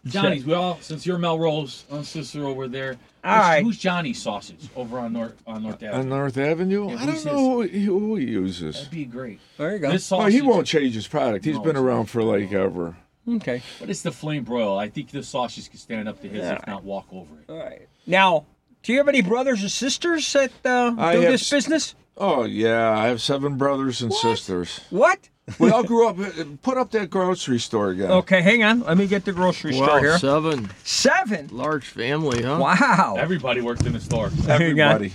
Johnny's. We all since you're Melrose, I'm Cicero. We're there. All Who's- right. Who's Johnny's sausage over on North on North on Avenue? North Avenue. Yeah, I who's don't know who, who he uses. That'd be great. There you Oh, go. This No, he sausage- won't change his product. He's No, been it's- around for like ever. Okay. But it's the flame broil. I think the sausage can stand up to his, Yeah. if not walk over it. All right. Now, do you have any brothers or sisters that uh, I do have this s- business? Oh yeah, I have seven brothers and sisters. What? We all grew up. uh, Put up that grocery store again. Okay, hang on. Let me get the Oh, grocery store Wow, here. Seven. Seven. Large family, huh? Wow. Everybody worked in the store. Everybody.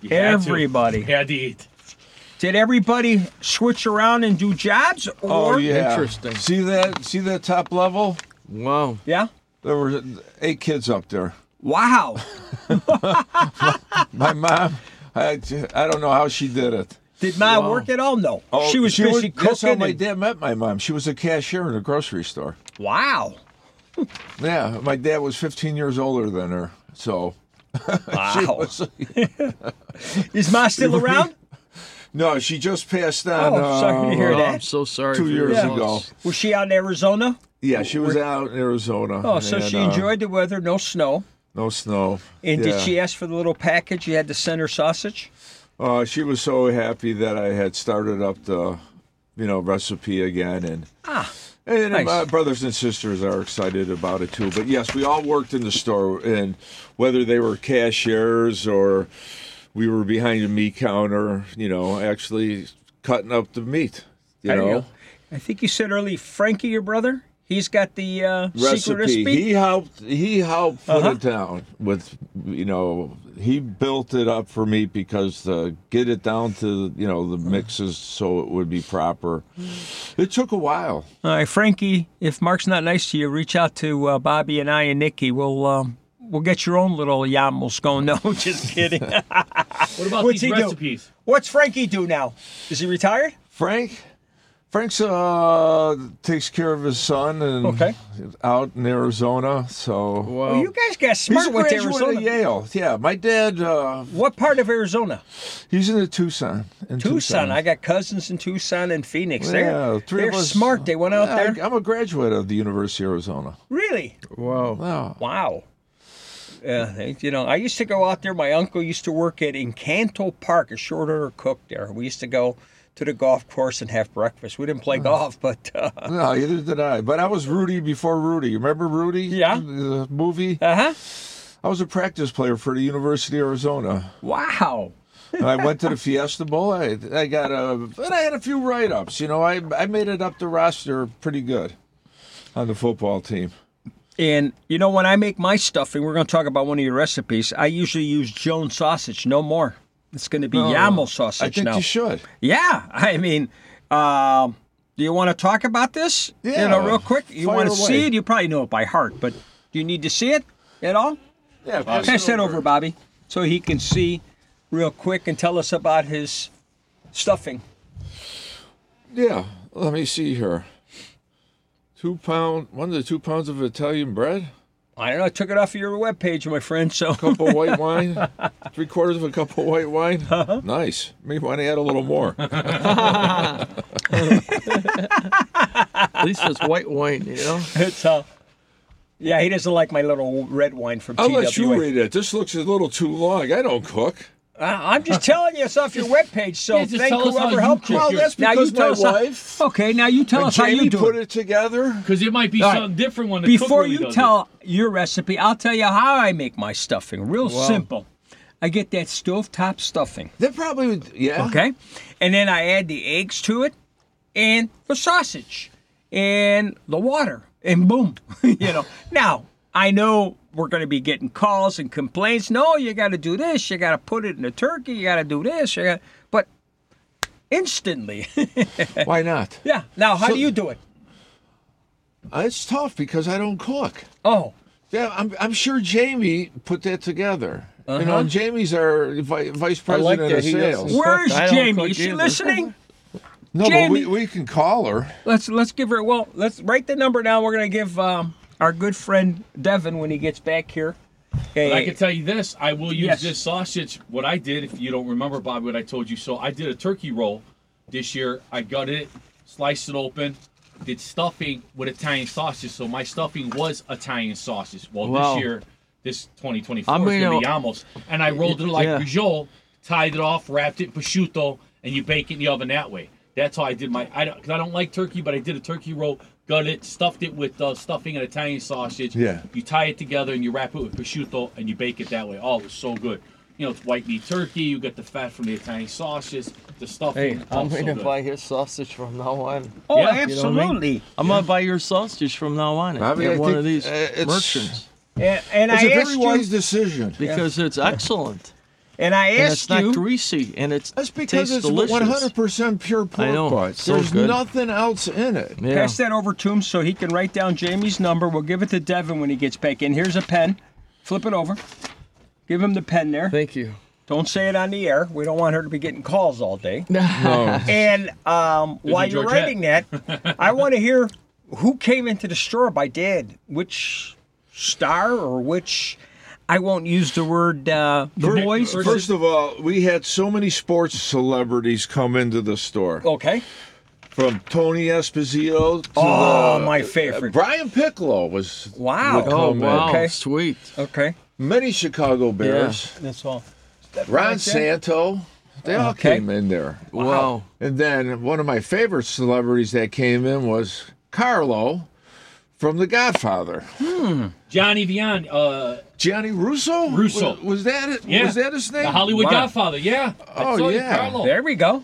You had to. Everybody. You had to eat. Did everybody switch around and do jobs? Or? oh yeah, See that? See that top level? Wow. Yeah. There were eight kids up there. Wow. <laughs> <laughs> My mom, I, I don't know how she did it. Did Mom work at all? No. Oh, she was busy cooking. That's how my and- dad met my mom. She was a cashier in a grocery store. Wow. <laughs> Yeah, my dad was 15 years older than her, so. <laughs> she Wow. was, <laughs> <laughs> Is Ma still around? no, she just passed on. Oh, sorry to hear uh, that. so sorry. Two for years your ago. loss. Was she out in Arizona? Yeah, she was out in Arizona. Oh, so and, she uh, enjoyed the weather, no snow. no snow. And Yeah. did she ask for the little package you had to send her sausage? Uh, she was so happy that I had started up the, you know, recipe again, and Ah. and nice. my brothers and sisters are excited about it too. But yes, we all worked in the store, and whether they were cashiers or we were behind a meat counter, you know, actually cutting up the meat, you There know, go. I think you said earlier, Frankie, your brother, he's got the uh, secret recipe. recipe. He helped. He helped put Uh-huh. it down with, you know, he built it up for me because to get it down to you know the mixes so it would be proper. It took a while. All right, Frankie, if Mark's not nice to you, reach out to uh, Bobby and I and Nikki. We'll um, we'll get your own little yamos going. <laughs> No, just <laughs> kidding. What about these What's he do? recipes? What's Frankie do now? Is he retired? Frank, Frank's uh takes care of his son and Okay. out in Arizona. So Oh, you guys got smart He's a with graduate of Arizona. Yale. Yeah, my dad. Uh, What part of Arizona? He's in the Tucson. In Tucson. I got cousins in Tucson and Phoenix. Yeah, they're three they're of us- smart. They went out I- there. I'm a graduate of the University of Arizona. Really? Wow. Wow. Wow. Yeah, they- you know, I used to go out there. My uncle used to work at Encanto Park, a short order cook there. We used to go to the golf course and have breakfast. We didn't play golf, but uh, <laughs> No, either did I. But I was Rudy before Rudy. You Remember Rudy? Yeah. The movie? Uh huh. I was a practice player for the University of Arizona. wow. And I went to the Fiesta Bowl. I, I got a, and I had a few write ups. You know, I, I made it up the roster pretty good on the football team. And you know, when I make my stuffing, we're going to talk about one of your recipes. I usually use Jones sausage, no more. It's going to be No, Yamal Oh, I sausage think now. you should. Yeah, <laughs> I mean, um, do you want to talk about this? You know, Yeah, real quick. You fire want to see away. it? You probably know it by heart, but do you need to see it at all? Yeah, Pass, that over, Bobby, so he can see real quick and tell us about his stuffing. <laughs> Yeah, let me see here. Two pound, one to two pounds of Italian bread, I don't know. I took it off of your webpage, my friend. So cup of <laughs> white wine, three quarters of a cup of white wine. Uh-huh. Nice. Maybe want to add a little more. At least it's white wine, you know? it's uh, Yeah, he doesn't like my little red wine from I'll TWA. let you read it. This looks a little too long. I don't cook. I- I'm just telling you, it's off your webpage, so Yeah, just thank tell us how whoever you helped cook. Well, that's now you because tell my us how- wife- okay, now you tell When us how Jamie you do put it. it together. Because it might be All right. something different when the Before cook really you does tell your recipe, I'll tell you how I make my stuffing. Real Wow. simple. I get that stovetop stuffing. That probably would, yeah. Okay. And then I add the eggs to it and the sausage and the water and boom, <laughs> you know. Now, I know we're going to be getting calls and complaints. No, you got to do this. You got to put it in the turkey. You got to do this. You got but instantly. <laughs> Why not? yeah. Now, how So- do you do it? Uh, It's tough because I don't cook. Oh. Yeah, I'm, I'm sure Jamie put that together. You know, Uh-huh. and Jamie's our vi- vice I president like that of he doesn't sales. cook. Where's I don't Jamie? cook Is she either. listening? No, Jamie- but we, we can call her. Let's let's give her. Well, let's write the number down. We're gonna give um, our good friend Devin when he gets back here. But I a- can tell you this: I will use Yes. this sausage. What I did, if you don't remember, Bob, what I told you. So I did a turkey roll this year. I gutted it, sliced it open, did stuffing with Italian sausage. So my stuffing was Italian sausage. Well, Wow. this year, this 2024 I mean, is gonna be uh, almost. And I rolled it like yeah. Peugeot, tied it off, wrapped it in prosciutto, and you bake it in the oven that way. That's how I did my. I don't, 'cause I don't like turkey, but I did a turkey roll, gutted it, stuffed it with uh, stuffing and Italian sausage. Yeah. You tie it together and you wrap it with prosciutto and you bake it that way. Oh, it was so good. You know, it's white meat turkey. You get the fat from the Italian sauces, the stuffing. <laughs> oh, I'm so gonna good. buy his sausage from now on. Oh, you know what I mean? absolutely. I'm gonna buy your sausage from now on. I At mean, I one think, of these uh, it's- merchants And, and it's I a asked very you. wise decision. because it's excellent. and I and asked it's not you. greasy and it's That's because tastes it's delicious. 100% pure pork I know, butts. so There's good. nothing else in it. Pass that over to him so he can write down Jamie's number. We'll give it to Devin when he gets back in. Here's a pen. Flip it over. Give him the pen there. Thank you. Don't say it on the air. We don't want her to be getting calls all day. <laughs> No. And um, Good while to you're Georgette. writing that, <laughs> I want to hear who came into the store by Dad, which star or which. I won't use the word uh, the Fir- boys. First of all, we had so many sports celebrities come into the store. Okay. From Tony Esposito to Oh, the- uh, my favorite. Brian Piccolo was Wow. would Oh, come in. wow. Okay. Sweet. Okay. Many Chicago Bears. That's all. Ron Like that? Santo. They all Okay. came in there. Wow. Wow. And then one of my favorite celebrities that came in was Carlo from The Godfather. Hmm. Johnny Vian. Uh, Johnny Russo? Russo. Was, was that it? Yeah. Was that his name? The Hollywood Wow. Godfather. Yeah. I Oh, told you, yeah. Carlo. There we go.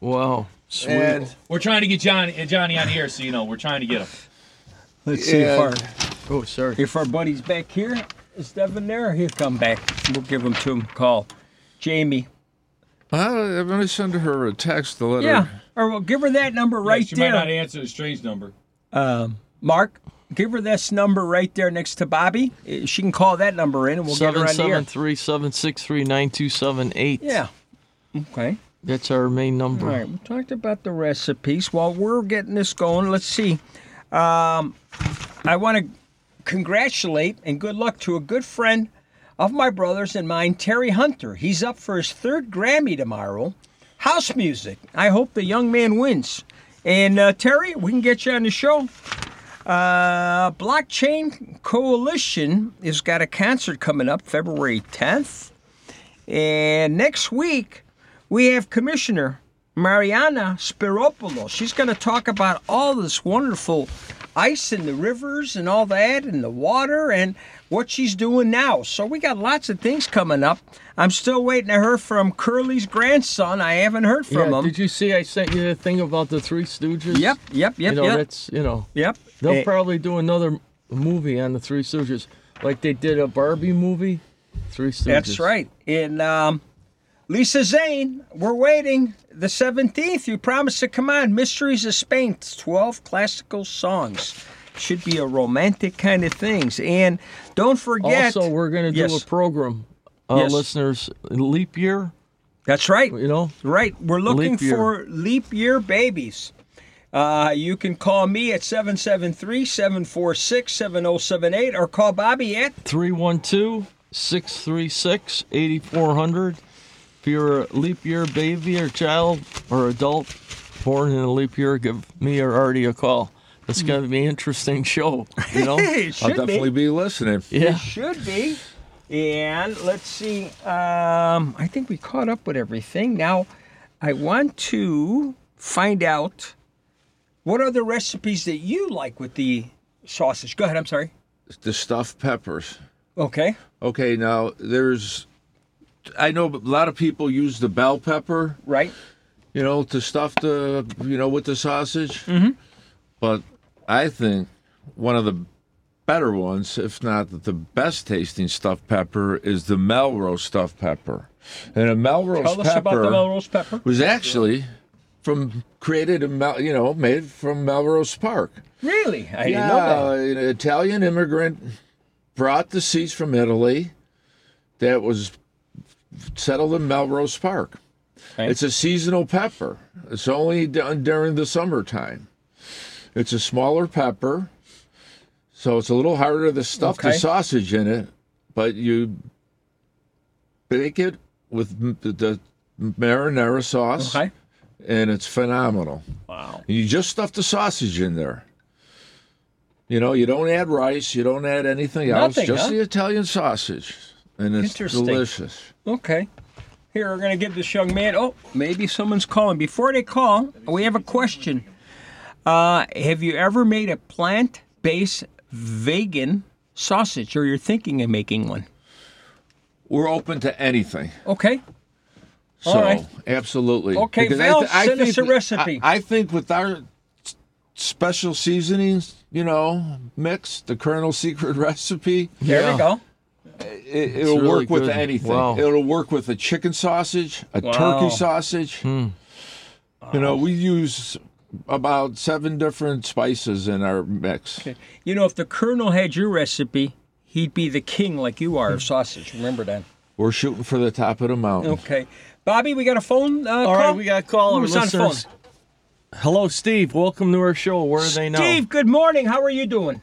Wow. Sweet. And- We're trying to get Johnny, uh, Johnny on here, so you know we're trying to get him. Let's see if our, oh, sorry. if our buddy's back here. Is Devin there? He'll come back. We'll give him to him a call. Jamie. Uh, I'm going to send her a text to let Yeah. her. Or we'll give her that number Yeah, right she there. might not e- answer the strange number. Um, Mark, give her this number right there next to Bobby. Uh, She can call that number in and we'll Seven get her on the air. seven three seven six three nine two seven eight. Yeah. Okay. That's our main number. All right, we talked about the recipes. While we're getting this going, let's see. Um, I want to congratulate and good luck to a good friend of my brother's and mine, Terry Hunter. He's up for his third Grammy tomorrow. House music. I hope the young man wins. And uh, Terry, we can get you on the show. Uh, Blockchain Coalition has got a concert coming up February 10th. And next week, we have Commissioner Mariana Spiropoulos. She's going to talk about all this wonderful ice in the rivers and all that, and the water, and what she's doing now. So we got lots of things coming up. I'm still waiting to hear from Curly's grandson. I haven't heard from yeah, him. Did you see I sent you the thing about the Three Stooges? Yep, yep, yep, You know, yep. that's, you know. Yep. They'll Eh. probably do another m- movie on the Three Stooges, like they did a Barbie movie. Three Stooges. That's right. And um, Lisa Zane, we're waiting. The 17th, you promised to come on. Mysteries of Spain, 12 classical songs. Should be a romantic kind of things. And don't forget. Also, we're going to do Yes. a program, uh, Yes. listeners, leap year. That's right. You know? Right. We're looking Leap year. for leap year babies. Uh, you can call me at 773 746 7078 or call Bobby at 312 636 8400. If you're a leap year baby or child or adult born in a leap year, give me or Artie a call. It's going to be an interesting show. You <laughs> know, It should I'll definitely be. be listening. Yeah. It should be. And let's see. Um, I think we caught up with everything. Now, I want to find out what are the recipes that you like with the sausage. Go ahead. I'm sorry. the stuffed peppers. Okay. Okay, now there's I know a lot of people use the bell pepper. Right. You know, to stuff the you know, with the sausage. Mm-hmm. But I think one of the better ones, if not the best tasting stuffed pepper, is the Melrose stuffed pepper. And a Melrose Tell us pepper about the Melrose pepper. was actually from created in Mel, you know, made from Melrose Park. Really? I didn't know that. An Italian immigrant brought the seeds from Italy that was settled in Melrose Park. It's a seasonal pepper. It's only done during the summertime. It's a smaller pepper, so it's a little harder to stuff the Okay. sausage in it, but you bake it with m- the- the marinara sauce. Okay. And it's phenomenal. Wow. You just stuff the sausage in there. You know, you don't add rice, you don't add anything else, Nothing, just huh? the Italian sausage. And it's Interesting. delicious. Okay. Here, we're going to give this young man. Oh, maybe someone's calling. Before they call, we have a question. Uh, have you ever made a plant based vegan sausage, or you're thinking of making one? We're open to anything. Okay. So, All right. absolutely. Okay, Because Val, thi- send us think- a recipe. I, I think with our s- special seasonings, you know, mix, the Colonel Secret <laughs> recipe. There we go. It, it'll really work with good. anything. Wow. It'll work with a chicken sausage, a Wow. turkey sausage. Hmm. You know, we use about seven different spices in our mix. You know, if the Colonel had your recipe, he'd be the king like you are of Hmm. sausage. Remember that. We're shooting for the top of the mountain. Okay. Bobby, we got a phone uh, call? right, we got a call. Who's Our on phone? listeners- Hello, Steve. Welcome to our show. Where are they now? Steve, good morning. How are you doing?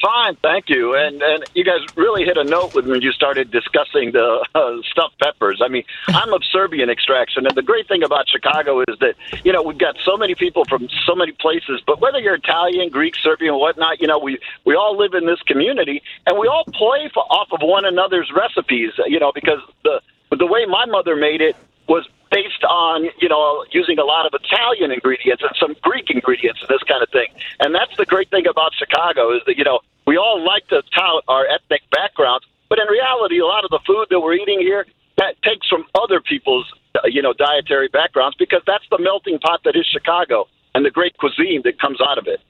Fine, thank you. And and you guys really hit a note with when you started discussing the uh, stuffed peppers. I mean, I'm of Serbian extraction, and the great thing about Chicago is that you know we've got so many people from so many places. But whether you're Italian, Greek, Serbian, whatnot, you know we we all live in this community, and we all play for, off of one another's recipes. You know because the the way my mother made it was based on you know using a lot of Italian ingredients and some Greek ingredients and this kind of thing. And that's the great thing about Chicago is that you know we all like to tout our ethnic backgrounds, but in reality, a lot of the food that we're eating here that takes from other people's uh, you know dietary backgrounds because that's the melting pot that is Chicago and the great cuisine that comes out of it.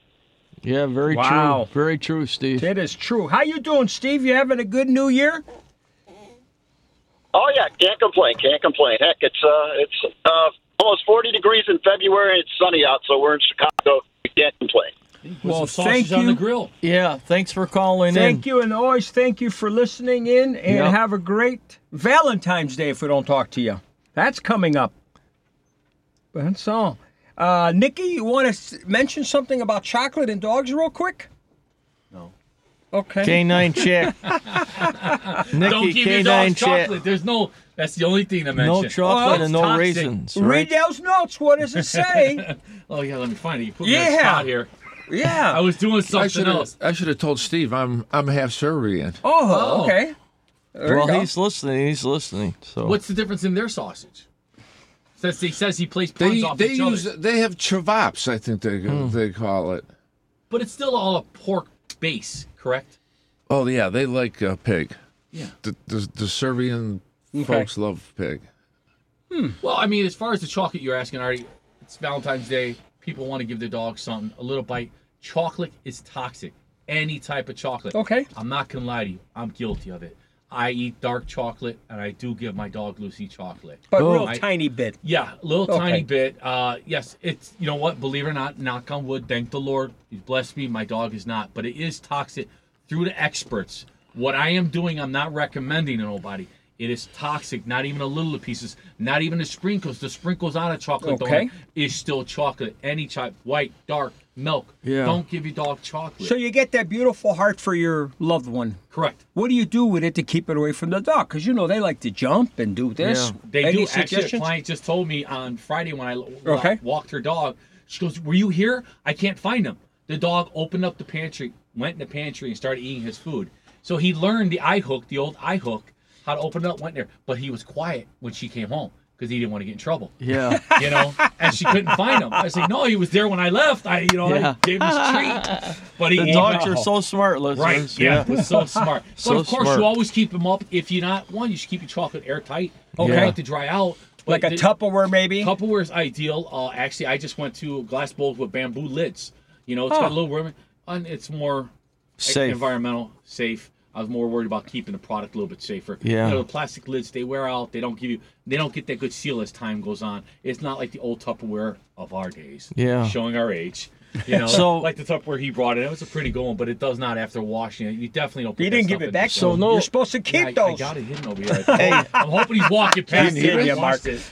Yeah, very Wow. true. Very true, Steve. It is true. How you doing, Steve? You having a good new year? Oh yeah, can't complain, can't complain. Heck, it's uh, it's uh, almost 40 degrees in February. and It's sunny out, so we're in Chicago. We can't complain. Well, some thank sausage on the you. grill. Yeah, thanks for calling in. Thank you, and always thank you for listening in, and Yep. have a great Valentine's Day if we don't talk to you. That's coming up. That's all. Uh, Nikki, you want to mention something about chocolate and dogs real quick? No. Okay. Canine <laughs> check. Nikki, Don't give your canine dogs check. chocolate. There's no. That's the only thing I No mentioned. chocolate It's and no toxic. raisins. Read those notes. What does it say? <laughs> oh yeah, let me find it. You put me on the Yeah. spot here. Oh, Yeah. I was doing I something should else. have I should have told Steve I'm I'm half Serbian. Oh, Oh. okay. There well, you go. he's listening. He's listening. So What's the difference in their sausage? Since he says he plays puns They off they each use other, they have chavaps, I think they they call it. but it's still all a pork base, correct? Oh yeah, they like uh, pig. Yeah. The the, the Serbian Okay. folks love pig. Well, I mean, as far as the chocolate you're asking, already, it's Valentine's Day. People want to give their dogs something, a little bite. Chocolate is toxic. Any type of chocolate. Okay. I'm not gonna lie to you. I'm guilty of it. I eat dark chocolate, and I do give my dog Lucy chocolate. But Oh. real I- tiny bit. Yeah, a little Okay. tiny bit. Uh, yes, it's you know what? Believe it or not, knock on wood. Thank the Lord, He's blessed me. My dog is not, but it is toxic through the experts. What I am doing, I'm not recommending to nobody. It is toxic. Not even a little pieces. Not even the sprinkles. The sprinkles on a chocolate Okay. donut is still chocolate. Any type, white, dark, milk. Yeah. Don't give your dog chocolate. So you get that beautiful heart for your loved one. Correct. What do you do with it to keep it away from the dog? Because you know they like to jump and do this. They Any do. Actually, a suggestions? client just told me on Friday when I l- Okay. walked her dog, She goes, Were you here? I can't find him. The dog opened up the pantry, went in the pantry, and started eating his food. So he learned the eye hook, the old eye hook, how to open it up, went there. But he was quiet when she came home because he didn't want to get in trouble. Yeah. <laughs> You know, and she couldn't find him. I said, No, he was there when I left. I, you know, Yeah. I gave <laughs> him his treat. But he the ate dogs it are all. so smart, listeners. Right. Yeah. <laughs> It's so smart. But so of course, smart. you always keep them up. If you're not one, you should keep your chocolate airtight. Okay. Yeah. To dry out. Like a Tupperware, maybe. Tupperware is ideal. Uh, actually, I just went to glass bowls with bamboo lids. You know, it's got Oh. a little room, and it's more Safe. E- environmental safe. I was more worried about keeping the product a little bit safer. Yeah. You know, the plastic lids they wear out. They don't give you. They don't get that good seal as time goes on. It's not like the old Tupperware of our days. Yeah. Showing our age. You know, <laughs> So- like the Tupperware he brought in. It was a pretty good one, but it does not after washing it. You definitely don't. Put You that didn't stuff give it in back, the so shower. no- You're supposed to keep I- those. I got it hidden over <laughs> here. I'm hoping he's walking past Didn't hear it. you, and Mark. watched it.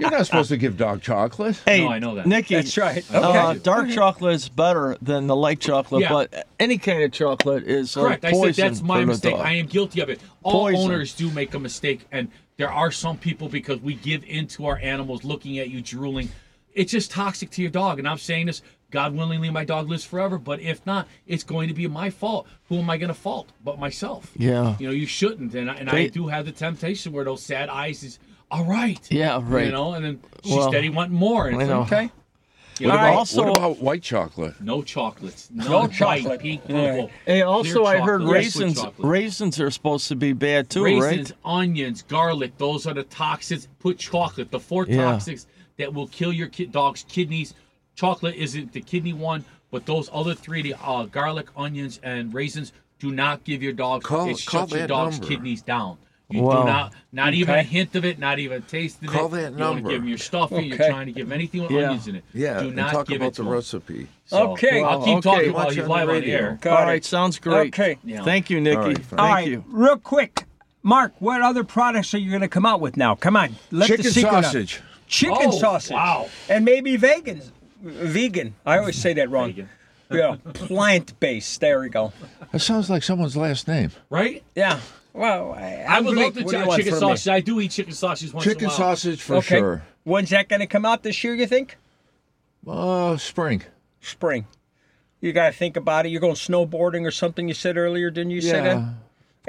You're not supposed to give dog chocolate. Hey, Nikki, Uh, Okay. dark chocolate is better than the light chocolate, Yeah. but any kind of chocolate is uh, Correct. I said poison that's my for the mistake. dog. I am guilty of it. All Poison. owners do make a mistake, and there are some people because we give in to our animals looking at you drooling. It's just toxic to your dog. And I'm saying this, God willingly, my dog lives forever. But if not, it's going to be my fault. Who am I going to fault but myself? Yeah. You know, you shouldn't. And I, and I They- do have the temptation where those sad eyes is, all right. Yeah, right. You know, and then she Well, steady wanting more. And I it's know. like, okay. What about- what about white chocolate? No chocolates. No, No white, chocolate. pink, Yeah. purple. Hey, clear also I heard chocolate, sweet raisins. chocolate. Raisins are supposed to be bad too, raisins, right? onions, garlic, those are the toxins. Put chocolate, the four Yeah. toxics that will kill your kid, dog's kidneys. Chocolate isn't the kidney one, but those other three, the uh, garlic, onions, and raisins, do not give your dog. Call- it call shuts your that dog's number. kidneys down. You Wow. do not, not even a Okay. hint of it, not even a taste of Call it. that you want number. to give them your stuffy. You're Okay. trying to give anything with Yeah. onions in it. Yeah, do and not talk give about it the to 'em. recipe. So, Okay. I'll keep Okay. talking Watch while he's on the live on the radio. air. Got All right, it. sounds great. Okay. Yeah. Thank you, Nikki. All right, Thank you. real quick, Mark, what other products are you going to come out with now? Come on, let the Chicken secret out. sausage. Chicken Oh, sausage. wow. And maybe vegans. Vegan. I always say that wrong. <laughs> Yeah, plant based. There we go. That sounds like someone's last name. Right? Yeah. Well, I, I would Blake, love to what do you try want chicken from me? sausage. I do eat chicken sausage once in Chicken a while. sausage for okay. sure. When's that going to come out this year? You think? Uh, spring. Spring. You got to think about it. You're going snowboarding or something. You said earlier, didn't you? Say that. Yeah.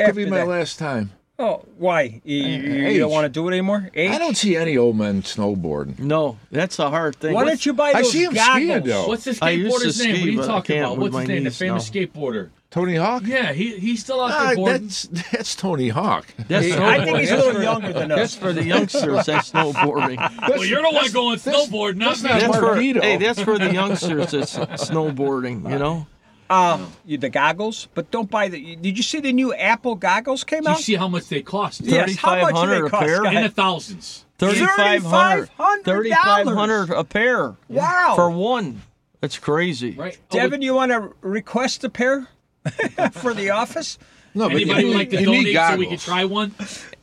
Could be After my that. last time. Oh, why? You, you- you age. don't want to do it anymore? Age? I don't see any old men snowboarding. No, that's a hard thing. Why don't you buy I those see him skiing goggles? though. What's the I used to skateboarder's ski, name? what are you but I talking can't about? with What's my his name? The knees famous skateboarder. Tony Hawk? Yeah, he he's still out Ah, there boarding. that's that's Tony Hawk. That's He- snowboarding. That's for- That's for the youngsters. <laughs> That's <laughs> snowboarding. well, you're the one going snowboard, not me. That's for, hey, that's for the youngsters. That's snowboarding. You know. Uh, you, the goggles, but don't buy the. Did you see the new Apple goggles came Do you out? see how much they cost? Yes, how much do they 3,500 a cost, pair? guys? In the thousands. $3,500. $3,500. $3,500 a pair. Wow. For one. That's crazy. Right. Devin, you want to request a pair <laughs> for the office? No, Anybody would like to donate so we could try one?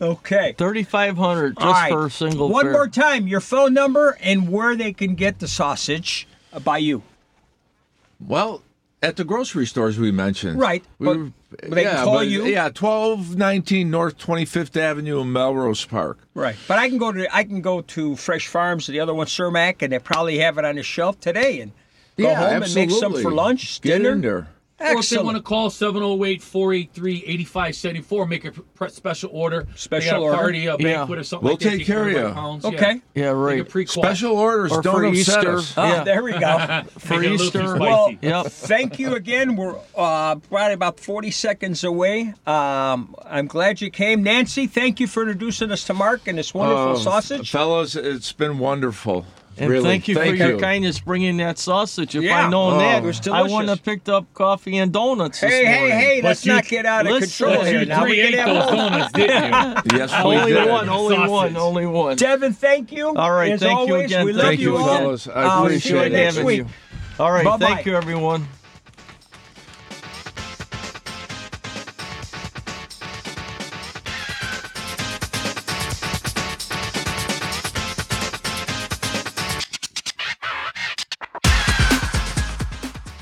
Okay. 3500 just All right. for a single One pair. more time, your phone number and where they can get the sausage uh, by you. Well, at the grocery stores we mentioned. Right, We but- were- but they can yeah, call but- you? Yeah, 1219 North 25th Avenue in Melrose Park. Right. But I can go to I can go to Fresh Farms, the other one Cermak, and they probably have it on the shelf today and go yeah, home absolutely. and make some for lunch, Get dinner. in there. Or if they want to call 708 483 8574, make a pre- special order. Special they got a order. party, a Yeah. banquet, or something We'll like that. take care of $25 you. pounds, Okay. Yeah, right. Special orders Or don't for upset Easter. us. Ah, Yeah. <laughs> There we <laughs> go. <laughs> For Easter. Well, yep. thank you again. We're uh, right about 40 seconds away. Um, I'm glad you came. Nancy, thank you for introducing us to Mark and this wonderful Oh, sausage. Fellas, it's been wonderful. And really. thank you for your kindness bringing that sausage. If Yeah. I'd known Oh. that, It was I delicious. wouldn't have picked up coffee and donuts Hey, this hey, morning. hey, let's But you- not get out of Listen. control here now. We Create can those have one. donuts, didn't <laughs> you? <laughs> Yes, we only did. one, only Sausage. one, only one. Devin, thank you. All right, As thank you always, again. We thank love you, all. fellas. I Uh, we'll see appreciate you it. next having week. you. All right, Bye-bye. thank you, everyone.